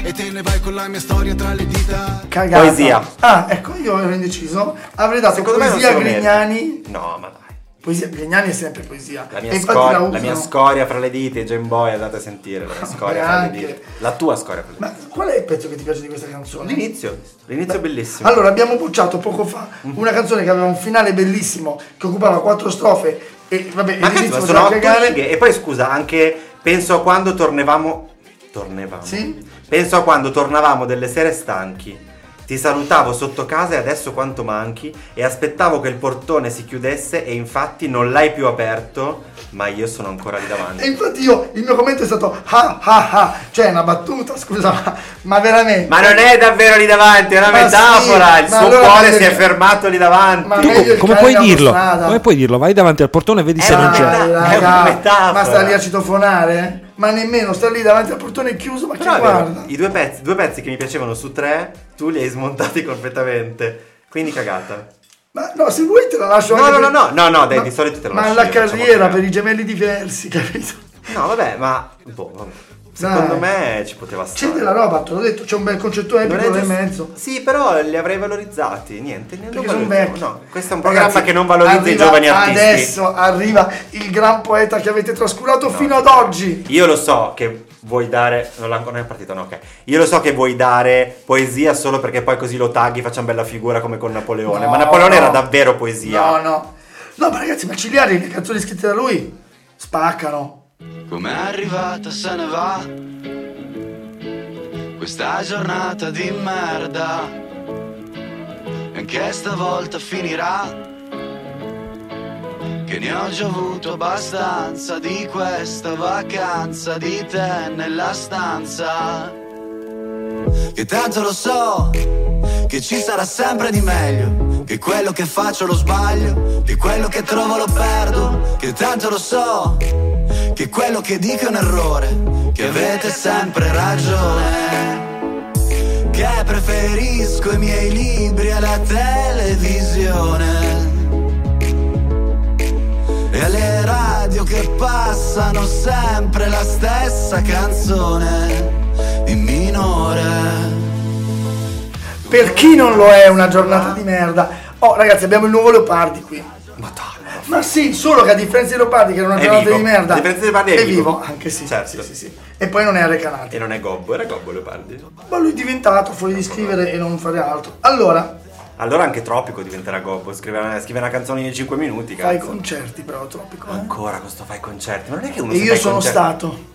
B: E te ne vai con la mia storia tra le dita.
D: Cagata.
C: Poesia.
D: Ah, ecco, io ero indeciso. Avrei dato
C: Secondo me non
D: poesia
C: se
D: a
C: lo merita.
D: Grignani.
C: No, ma dai.
D: Poesia, Grignani è sempre poesia.
C: La mia,
D: E infatti
C: scoria, la
D: usano-
C: mia scoria fra le dita, Game Boy, andate a sentire la mia scoria fra le
D: Neanche.
C: dita. La tua scoria fra le
D: Ma qual è il pezzo che ti piace di questa canzone?
C: dita. L'inizio, l'inizio è bellissimo.
D: Allora, abbiamo bocciato poco fa una canzone che aveva un finale bellissimo, che occupava quattro strofe e vabbè,
C: ma
D: all'inizio
C: cazzo, ma sono
D: faceva
C: otto
D: cagare.
C: righe. E poi scusa, anche penso a quando tornevamo. Tornevamo.
D: Sì?
C: Penso a quando tornavamo delle sere stanchi. Ti salutavo sotto casa e adesso quanto manchi e aspettavo che il portone si chiudesse e infatti non l'hai più aperto, ma io sono ancora lì davanti.
D: E infatti io, il mio commento è stato ha ha ha, cioè è una battuta, scusa, ma, ma veramente.
C: Ma non è davvero lì davanti, è una
D: Ma
C: metafora.
D: sì,
C: il
D: ma
C: suo
D: allora
C: cuore
D: vale
C: si è
D: che-
C: fermato lì davanti.
D: Ma
E: Tu
D: meglio
E: co-
D: il
E: come
D: cane
E: puoi
D: in
E: dirlo?
D: autostrada.
E: Come puoi dirlo? Vai davanti al portone e vedi se
C: Eh,
E: non
C: ma-
E: c'è.
D: Dai,
C: È
D: raga,
C: una metafora.
D: Ma sta lì a citofonare? Ma nemmeno sta lì davanti al portone chiuso, ma chi
C: Però è vero,
D: Cioè, guarda?
C: i due pezzi, due pezzi che mi piacevano su tre, tu li hai smontati completamente. Quindi cagata.
D: Ma no, se vuoi te la lascio
C: No,
D: anche
C: no, no,
D: per-
C: no, no, dai, di solito te la
D: Cioè,
C: lascio
D: Ma la
C: io, facciamo
D: carriera
C: cagare.
D: per i gemelli diversi, capito?
C: No, vabbè, ma boh, vabbè. secondo
D: Dai.
C: me ci poteva stare.
D: C'è della roba, te l'ho detto, c'è un bel concetto epico là in
C: giusto-
D: mezzo.
C: Sì, però li avrei valorizzati. Niente, ne non
D: Perché sono
C: valorizziamo,
D: vecchi.
C: No, questo è un
D: Ragazzi,
C: programma che non valorizza i
D: arriva
C: giovani artisti.
D: Adesso arriva il gran poeta che avete trascurato fino ad oggi.
C: Io lo so che vuoi dare. Non, la- non è partita, no, ok. Io lo so che vuoi dare poesia solo perché poi così lo tagli, facciamo bella figura come con Napoleone. ma
D: No,
C: Napoleone
D: no.
C: era davvero poesia.
D: No, no. No, ma ragazzi, ma Ciliari, le canzoni scritte da lui spaccano.
K: Com'è arrivata se ne va Questa giornata di merda E anche stavolta finirà Che ne ho già avuto abbastanza Di questa vacanza Di te nella stanza Che tanto lo so Che ci sarà sempre di meglio Che quello che faccio lo sbaglio Che quello che trovo lo perdo Che tanto lo so che quello che dico è un errore, che avete sempre ragione. Che preferisco i miei libri alla televisione e alle radio che passano sempre la stessa canzone in minore.
D: Per chi non lo è una giornata di merda. Oh, ragazzi, abbiamo il nuovo Leopardi qui.
C: Madonna.
D: Ma sì, solo che a differenza di Leopardi, che era una
C: È
D: giornata
C: vivo.
D: di merda.
C: A differenza di Leopardi è
D: è vivo.
C: vivo.
D: anche sì.
C: Certo.
D: sì, sì, sì. E poi non è arrecanato.
C: E non è Gobbo, era Gobbo Leopardi.
D: Ma lui è diventato fuori di scrivere e non fare altro. Allora,
C: Allora anche Tropico diventerà Gobbo. Scrive una, scrive una canzone ogni 5 minuti.
D: fai
C: cazzo.
D: concerti, però, troppo. eh.
C: Ancora questo fai concerti. Ma non è che uno
D: E
C: si
D: io
C: fa i
D: sono
C: concerti-
D: stato.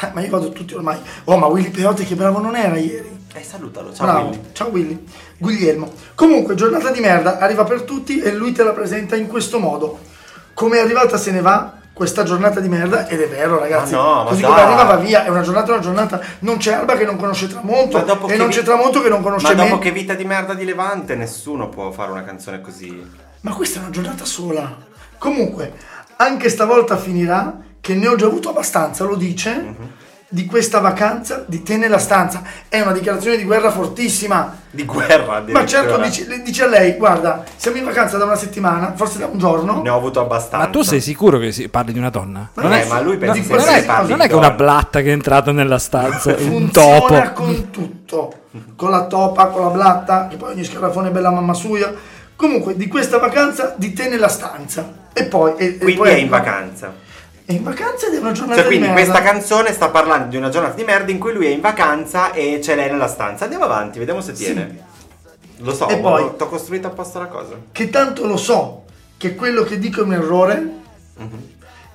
D: Eh, Ma io vado tutti ormai. Oh, ma Willy Peote che bravo non era ieri.
C: Eh, salutalo, ciao
D: Bravo,
C: Willy.
D: ciao Willy. Guglielmo. Comunque, giornata di merda arriva per tutti e lui te la presenta in questo modo. Come è arrivata se ne va questa giornata di merda, ed è vero ragazzi,
C: Ma no, ma
D: così come
C: dai.
D: arriva va via, è una giornata, una giornata, non c'è alba che non conosce tramonto,
C: Ma dopo
D: Cioè, e
C: che
D: non
C: vi-
D: c'è tramonto che non conosce
C: Ma dopo
D: me.
C: che vita di merda di Levante, nessuno può fare una canzone così.
D: Ma questa è una giornata sola. Comunque, anche stavolta finirà che ne ho già avuto abbastanza, lo dice,
C: Mhm.
D: di questa vacanza di te nella stanza. È una dichiarazione di guerra fortissima.
C: Di guerra,
D: Ma certo
C: addirittura.
D: dice, le dice a lei, guarda, siamo in vacanza da una settimana, forse da un giorno.
C: Ne ho avuto abbastanza.
E: Ma tu sei sicuro che si parli di una donna?
D: Ma
E: Non
D: eh,
E: è,
D: ma lui pensa
E: non-
D: sempre
E: non è-
D: che parli
E: non
D: di
E: è che una
C: donna.
E: blatta che è entrata nella stanza, è un topo.
D: Funziona con tutto, con la topa, con la blatta, che poi ogni scarafone è bella mamma suia. Comunque, di questa vacanza di te nella stanza. E poi... e- e
C: Quindi
D: poi- ecco,
C: è in vacanza.
D: È in vacanza ed è una giornata
C: Cioè, quindi
D: di merda.
C: questa canzone sta parlando di una giornata di merda in cui lui è in vacanza e c'è lei nella stanza. Andiamo avanti, vediamo se tiene. Lo so,
D: E
C: ma
D: poi?
C: t'ho costruito apposta la cosa.
D: che tanto lo so che quello che dico è un errore,
C: Mhm.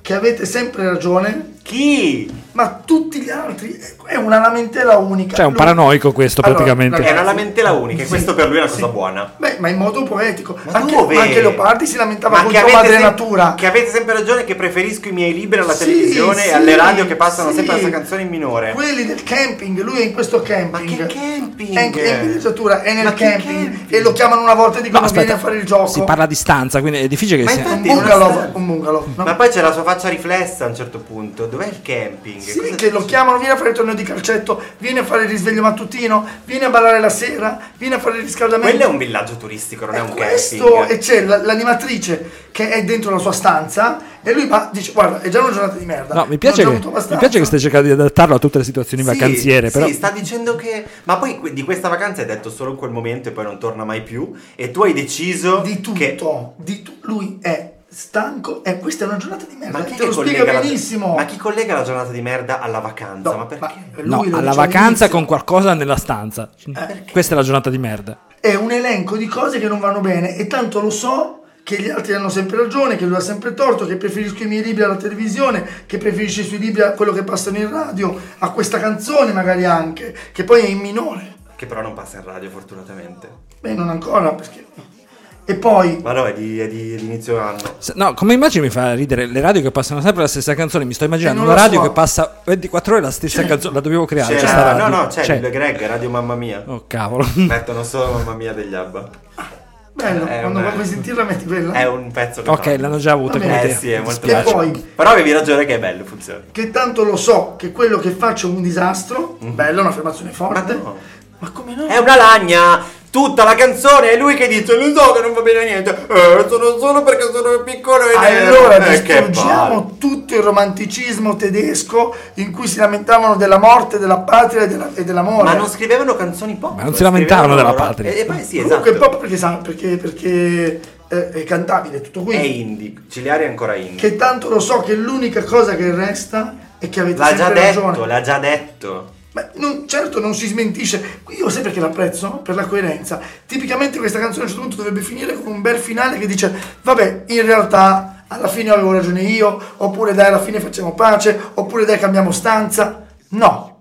D: che avete sempre ragione,
C: Chi?
D: ma tutti gli altri ecco, è una lamentela unica.
E: Cioè, è un
D: Lo-
E: paranoico questo, praticamente.
C: È una lamentela unica, e
D: Sì,
C: questo per lui è una
D: sì.
C: cosa buona.
D: Beh, ma in modo poetico.
C: Ma
D: anche,
C: dove?
D: ma anche Leopardi si lamentava
C: Ma che
D: contro
C: avete
D: madre
C: sem-
D: natura.
C: Che avete sempre ragione che preferisco i miei libri alla
D: Sì,
C: televisione
D: sì,
C: e alle radio che passano
D: sì.
C: sempre la sua canzone in minore.
D: Quelli del camping, lui è in questo camping.
C: Ma che camping?
D: È in, è in villeggiatura, è nel
C: Ma che
D: camping,
C: camping?
D: E lo chiamano una volta e
E: No,
D: dicono vieni a fare il gioco.
E: Si parla a distanza, quindi è difficile che
C: Ma
E: sia.
C: infatti-
D: un
C: in una
D: bungalow,
C: stanza.
D: un bungalow. no?
C: Ma poi c'è la sua faccia riflessa a un certo punto. Dov'è il camping?
D: Sì,
C: Cosa-
D: che lo chiamano, vieni a fare il torneo di calcetto, vieni a fare il risveglio mattutino, vieni a ballare la sera, vieni a fare il riscaldamento.
C: Quello è un villaggio turistico, non è,
D: E
C: un
D: questo,
C: camping.
D: e c'è la- l'animatrice che è dentro la sua stanza e lui va, dice guarda è già una giornata di merda.
E: No, mi piace,
D: Non
E: che,
D: ho avuto abbastanza."
E: mi piace che stai cercando di adattarlo a tutte le situazioni
C: Sì,
E: vacanziere, però
C: Sì, sta dicendo che. Ma poi que- di questa vacanza hai detto solo in quel momento e poi non torna mai più. E tu hai deciso
D: di tutto, Cioè,
C: Che...
D: di tu- lui è stanco e questa è una giornata di merda.
C: Ma chi,
D: te lo
C: che
D: spiega
C: collega la-
D: benissimo.
C: ma chi collega la giornata di merda alla vacanza? ma perché?
E: No,
D: Lui lo
E: alla
D: dice
E: vacanza con qualcosa nella stanza.
C: Eh,
E: Questa è la giornata di merda.
D: È un elenco di cose che non vanno bene e tanto lo so che gli altri hanno sempre ragione, che lui ha sempre torto, che preferisco i miei libri alla televisione, che preferisce i suoi libri a quello che passano in radio, a questa canzone magari anche, che poi è in minore.
C: Che però non passa in radio, fortunatamente.
D: Beh, non ancora perché... E poi...
C: Ma no, è di, è di- di inizio anno.
E: Se- No, come immagini mi fa ridere le radio che passano sempre la stessa canzone. Mi sto immaginando
C: Eh,
E: una
C: non la
E: radio
C: so.
E: che passa 24 ore la stessa canzone. La dovevo creare.
C: C'è-
E: c'è sta radio.
C: no, no, c'è,
E: Eh, C'è.
C: il Greg, Radio Mamma Mia.
E: Oh, cavolo.
C: Mettono solo Mamma Mia degli Abba.
D: Bello,
C: È
D: quando
C: una-
D: vuoi sentirla metti quella.
C: È un pezzo che
E: Ok,
C: fa.
E: l'hanno già avuta
D: Va bene.
E: come
C: Eh
E: te.
C: sì, è molto
D: E
C: bello.
D: poi-
C: Però avevi ragione che è bello, funziona.
D: Che tanto lo so che quello che faccio è un disastro.
C: Mhm.
D: Bella, un'affermazione forte. Ma, come no?
C: È una lagna! Tutta la canzone è lui che dice lo so che non va bene niente, eh, sono solo perché sono piccolo e nero."
D: Allora
C: Eh, che palle.
D: distruggiamo tutto il romanticismo tedesco in cui si lamentavano della morte, della patria e, della- e dell'amore.
C: Ma non scrivevano canzoni pop.
E: Ma non si lamentavano
C: scrivevano
E: della
C: rock.
E: patria.
C: E, e poi sì,
D: Comunque
C: esatto.
D: è proprio perché, sa- perché, perché eh, è cantabile tutto qui.
C: È indie, Ciliari è ancora indie.
D: Che tanto lo so che l'unica cosa che resta è che avete
C: L'ha già
D: sempre
C: detto,
D: ragione.
C: l'ha già detto.
D: Ma non- certo non si smentisce. Io sai perché l'apprezzo? Per la coerenza. Tipicamente questa canzone a un certo punto dovrebbe finire con un bel finale che dice vabbè, in realtà alla fine avevo ragione io, oppure dai alla fine facciamo pace, oppure dai cambiamo stanza. No.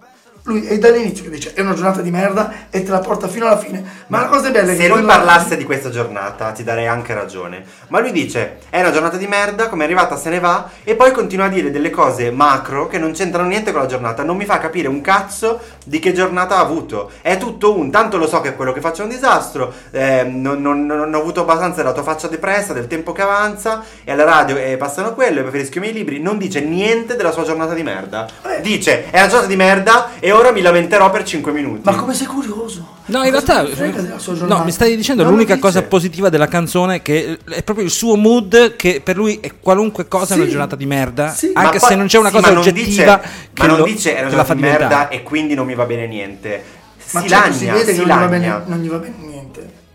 D: Lui è dall'inizio che dice è una giornata di merda e te la porta fino alla fine. Ma la cosa bella è che...
C: Se lui
D: quando-
C: parlasse di questa giornata ti darei anche ragione. Ma lui dice: È una giornata di merda, come è arrivata se ne va. E poi continua a dire delle cose macro che non c'entrano niente con la giornata. Non mi fa capire un cazzo di che giornata ha avuto. È tutto un tanto lo so che quello che faccio è un disastro. eh, non, non- non ho avuto abbastanza della tua faccia depressa, del tempo che avanza. E alla radio eh, passano quello. E preferisco i miei libri. Non dice niente della sua giornata di merda. Dice: È una giornata di merda e ora mi lamenterò per 5 minuti.
D: Ma come sei curioso?
E: No,
D: Ma
E: in
D: cosa
E: realtà,
D: ti frega della sua
E: no,
D: giornata?
E: mi stai dicendo
D: Non lo
E: l'unica
D: dice.
E: cosa positiva della canzone che è proprio il suo mood che per lui è qualunque cosa è una
D: Sì,
E: giornata di merda,
D: sì.
C: Ma
E: anche
C: poi-
E: se non c'è una
C: sì,
E: cosa
C: ma non
E: oggettiva
C: dice,
E: che,
C: ma non
E: lo-
C: dice era
E: che la
C: una
E: fa
C: di merda
E: diventare.
C: e quindi non mi va bene niente
D: Ma
C: si
D: certo
C: lagna
D: si vede
C: si
D: che non gli, va
C: lagna
D: bene, non gli va bene niente.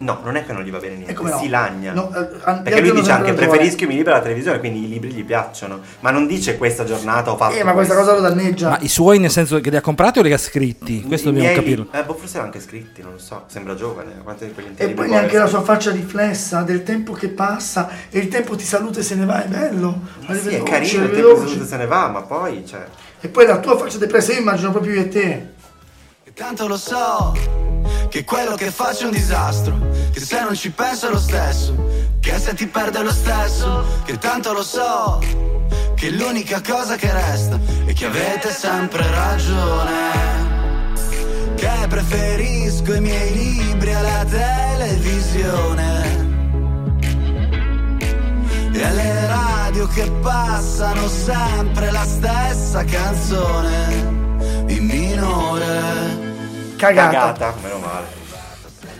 C: no non è che non gli va bene niente
D: E come no?
C: si lagna
D: No, eh, an-
C: perché lui
D: hanno
C: dice anche
D: sempre ragione.
C: preferisco i miei libri alla televisione quindi i libri gli piacciono ma non dice questa giornata ho fatto
D: Eh, ma questa
C: questo.
D: cosa lo danneggia.
E: Ma i suoi nel senso che li ha comprati o li ha scritti? Questo
C: I
E: dobbiamo
C: miei li-
E: capirlo.
C: eh, boh, forse l'ha anche scritti non lo so sembra giovane quanti di quegli
D: E
C: interi
D: poi
C: libri
D: neanche la
C: vuole?
D: sua faccia riflessa del tempo che passa e il tempo ti saluta e se ne va, è bello.
C: sì è
D: Arrivederci,
C: carino il tempo
D: arrivederci.
C: di saluto se ne va ma poi cioè
D: E poi la tua faccia depressa, io immagino proprio io e te.
K: E tanto lo so che quello che faccio è un disastro. Che se non ci penso è lo stesso. Che se ti perdo è lo stesso. Che tanto lo so che l'unica cosa che resta è che avete sempre ragione. Che preferisco i miei libri alla televisione. E alle radio che passano sempre la stessa canzone in minore.
D: Cagata.
C: cagata meno male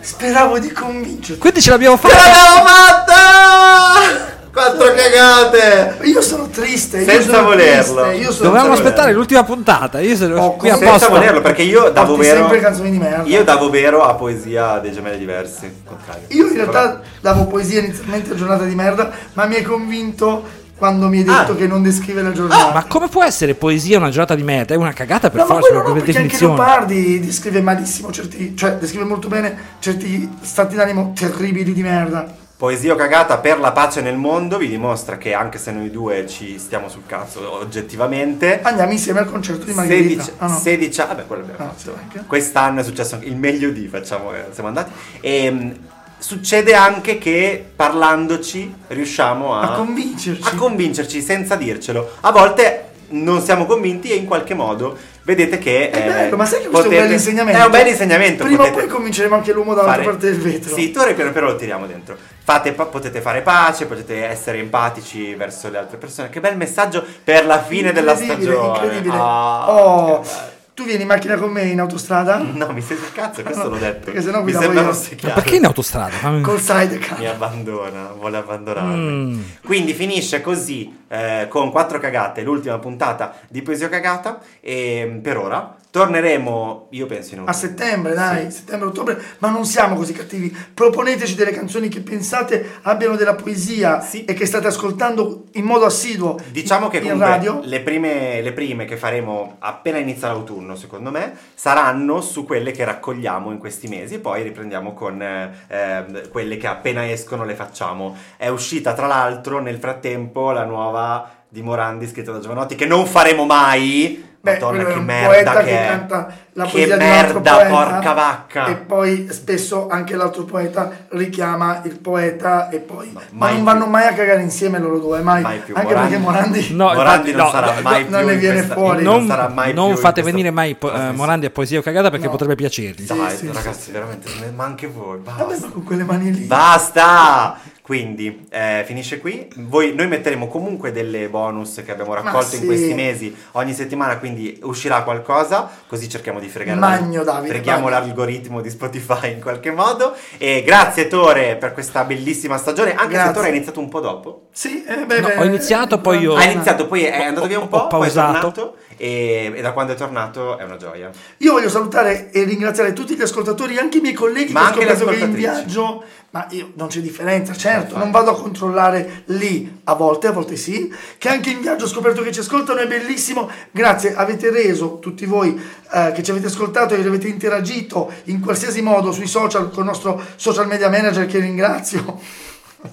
D: Speravo di convincerti.
E: Quindi ce l'abbiamo fatta.
C: l'abbiamo fatta quattro cagate
D: Io sono triste. io
C: Senza
D: sono
C: volerlo.
D: triste, io sono
E: Dovevamo
D: triste.
E: aspettare l'ultima puntata. Io sono
D: Oh,
E: qui
D: come-
E: apposta.
C: senza volerlo perché io davo
D: Porti
C: vero
D: sempre canzoni di merda.
C: io davo vero a poesia dei gemelli diversi contrario.
D: Io in
C: Vabbè.
D: realtà davo poesia inizialmente a giornata di merda, ma mi hai convinto quando mi hai
C: Ah.
D: detto che non descrive la giornata.
E: Ma come può essere poesia una giornata di merda? È una cagata per
D: No, ma
E: forza,
D: quello
E: proprio
D: no,
E: per
D: perché anche
E: definizione.
D: Leopardi descrive malissimo certi, cioè descrive molto bene certi stati d'animo terribili di merda.
C: Poesia o cagata per la pace nel mondo vi dimostra che anche se noi due ci stiamo sul cazzo oggettivamente
D: Andiamo insieme al concerto di Margherita.
C: 16,
D: Ah, no.
C: 16 ah, beh, quello abbiamo
D: Ah,
C: fatto.
D: sì, anche.
C: Quest'anno è successo anche- il meglio di, facciamo, eh, siamo andati. E, mh, succede anche che parlandoci riusciamo a,
D: A convincerci.
C: a convincerci senza dircelo. A volte non siamo convinti e in qualche modo vedete che...
D: È
C: eh,
D: bello, ma sai che questo è un
C: potete-
D: bel insegnamento?
C: È un bel insegnamento.
D: Prima o
C: potete-
D: poi convinceremo anche l'uomo dall'altra
C: fare-
D: parte del vetro.
C: Sì, tu ora piano piano lo tiriamo dentro. Fate pa- potete fare pace, potete essere empatici verso le altre persone. Che bel messaggio per la fine della
D: Incredibile,
C: stagione.
D: Incredibile.
C: Ah,
D: oh,
C: che bello. Mm.
D: tu vieni in macchina con me in autostrada?
C: No, mi sei sul cazzo, questo
D: No,
C: l'ho detto.
D: perché sennò
C: mi
D: guidavo
C: sembra
D: io.
C: non sia
E: Ma
C: chiaro.
E: perché in autostrada? Fammi-
D: Col sidecar.
C: Mi abbandona, vuole abbandonarmi.
E: Mm.
C: Quindi finisce così eh, con quattro cagate, l'ultima puntata di Poesia Cagata. E mm, per ora Torneremo, io penso, in
D: A
C: autunno.
D: settembre, dai, settembre-ottobre, ma non siamo così cattivi. Proponeteci delle canzoni che pensate abbiano della poesia e che state ascoltando in modo assiduo.
C: Diciamo che
D: in
C: comunque
D: radio.
C: Le, prime, le prime che faremo appena inizia l'autunno, secondo me, saranno su quelle che raccogliamo in questi mesi e poi riprendiamo con ehm, quelle che appena escono le facciamo. È uscita tra l'altro nel frattempo la nuova di Morandi scritta da Giovanotti che non faremo mai.
D: Beh,
C: Madonna
D: quello è
C: che
D: un
C: merda
D: poeta
C: che,
D: che,
C: è.
D: canta la
C: Che
D: poesia di un altro
C: merda,
D: poeta,
C: porca vacca.
D: E poi spesso anche l'altro poeta richiama il poeta e poi... ma
C: mai
D: non vanno mai a cagare insieme loro due, mai.
C: Mai più
D: anche
C: Morandi.
D: perché Morandi...
E: No,
C: Morandi
E: infatti,
C: non
E: no,
C: sarà
E: no,
C: mai
D: no,
C: più
D: non ne
C: in
D: viene
C: questa-
D: fuori.
C: Non,
E: Non,
C: sarà mai
E: non
C: più in
E: fate
C: questa-
E: venire mai po- eh, Morandi a poesia o cagata perché
D: No.
E: potrebbe piacergli.
C: Dai,
D: Sì, sì,
C: ragazzi, veramente, ma anche voi. Basta.
D: Vabbè, ma con quelle mani lì...
C: Basta! Quindi eh, finisce qui. Voi- noi metteremo comunque delle bonus che abbiamo raccolto in
D: sì.
C: questi mesi ogni settimana, quindi uscirà qualcosa, così cerchiamo di fregare
D: Magno, Davide,
C: freghiamo
D: magno.
C: l'algoritmo di Spotify in qualche modo. E grazie Tore per questa bellissima stagione, anche
D: Grazie.
C: se Tore è iniziato un po' dopo.
D: Sì, eh, beh,
E: No,
D: beh,
E: ho iniziato, poi io-
C: Ha iniziato, poi è andato via un
E: ho
C: po', poi è
E: pausato.
C: tornato e, e da quando è tornato è una gioia.
D: Io voglio salutare e ringraziare tutti gli ascoltatori, anche i miei colleghi
C: Ma
D: che ho
C: anche le
D: scoperto che in
C: ascoltatrici. eh.
D: viaggio, ma io non c'è differenza, certo, non vado a controllare lì, a volte, a volte sì, che anche in viaggio ho scoperto che ci ascoltano, è bellissimo, grazie, avete reso tutti voi eh, che ci avete ascoltato, che ci avete interagito in qualsiasi modo sui social con il nostro social media manager che ringrazio.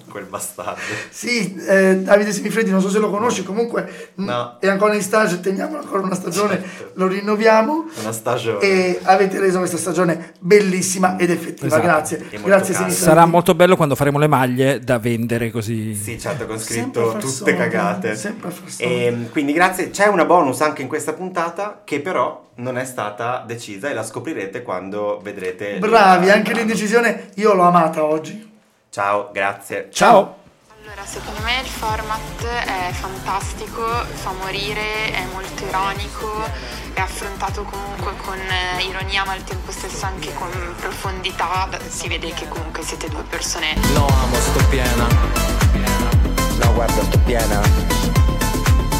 C: Quel bastardo.
D: Sì, eh, Davide Semifreddi, non so se lo conosci, comunque mh,
C: No. certo.
D: è ancora in stage, teniamolo ancora una stagione, lo rinnoviamo
C: Una stagione.
D: e avete reso questa stagione bellissima ed effettiva.
E: Esatto.
D: Grazie,
C: molto
D: grazie
C: calda.
D: Sinistra.
E: Sarà molto bello quando faremo le maglie da vendere così.
C: Sì, certo, con
D: Sempre
C: scritto
D: far
C: tutte
D: soldi,
C: cagate.
D: sempre far soldi.
C: E, quindi grazie, c'è una bonus anche in questa puntata che però non è stata decisa e la scoprirete quando vedrete.
D: Bravi,
C: la-
D: anche l'indecisione io l'ho amata oggi.
C: Ciao, grazie.
E: Ciao.
L: Allora, secondo me il format è fantastico, fa morire, è molto ironico, è affrontato comunque con eh, ironia ma al tempo stesso anche con profondità, si vede che comunque siete due persone
M: No, amo, sto piena. No, guarda, sto piena.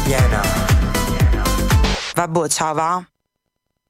M: Piena.
I: Vabbè, ciao va.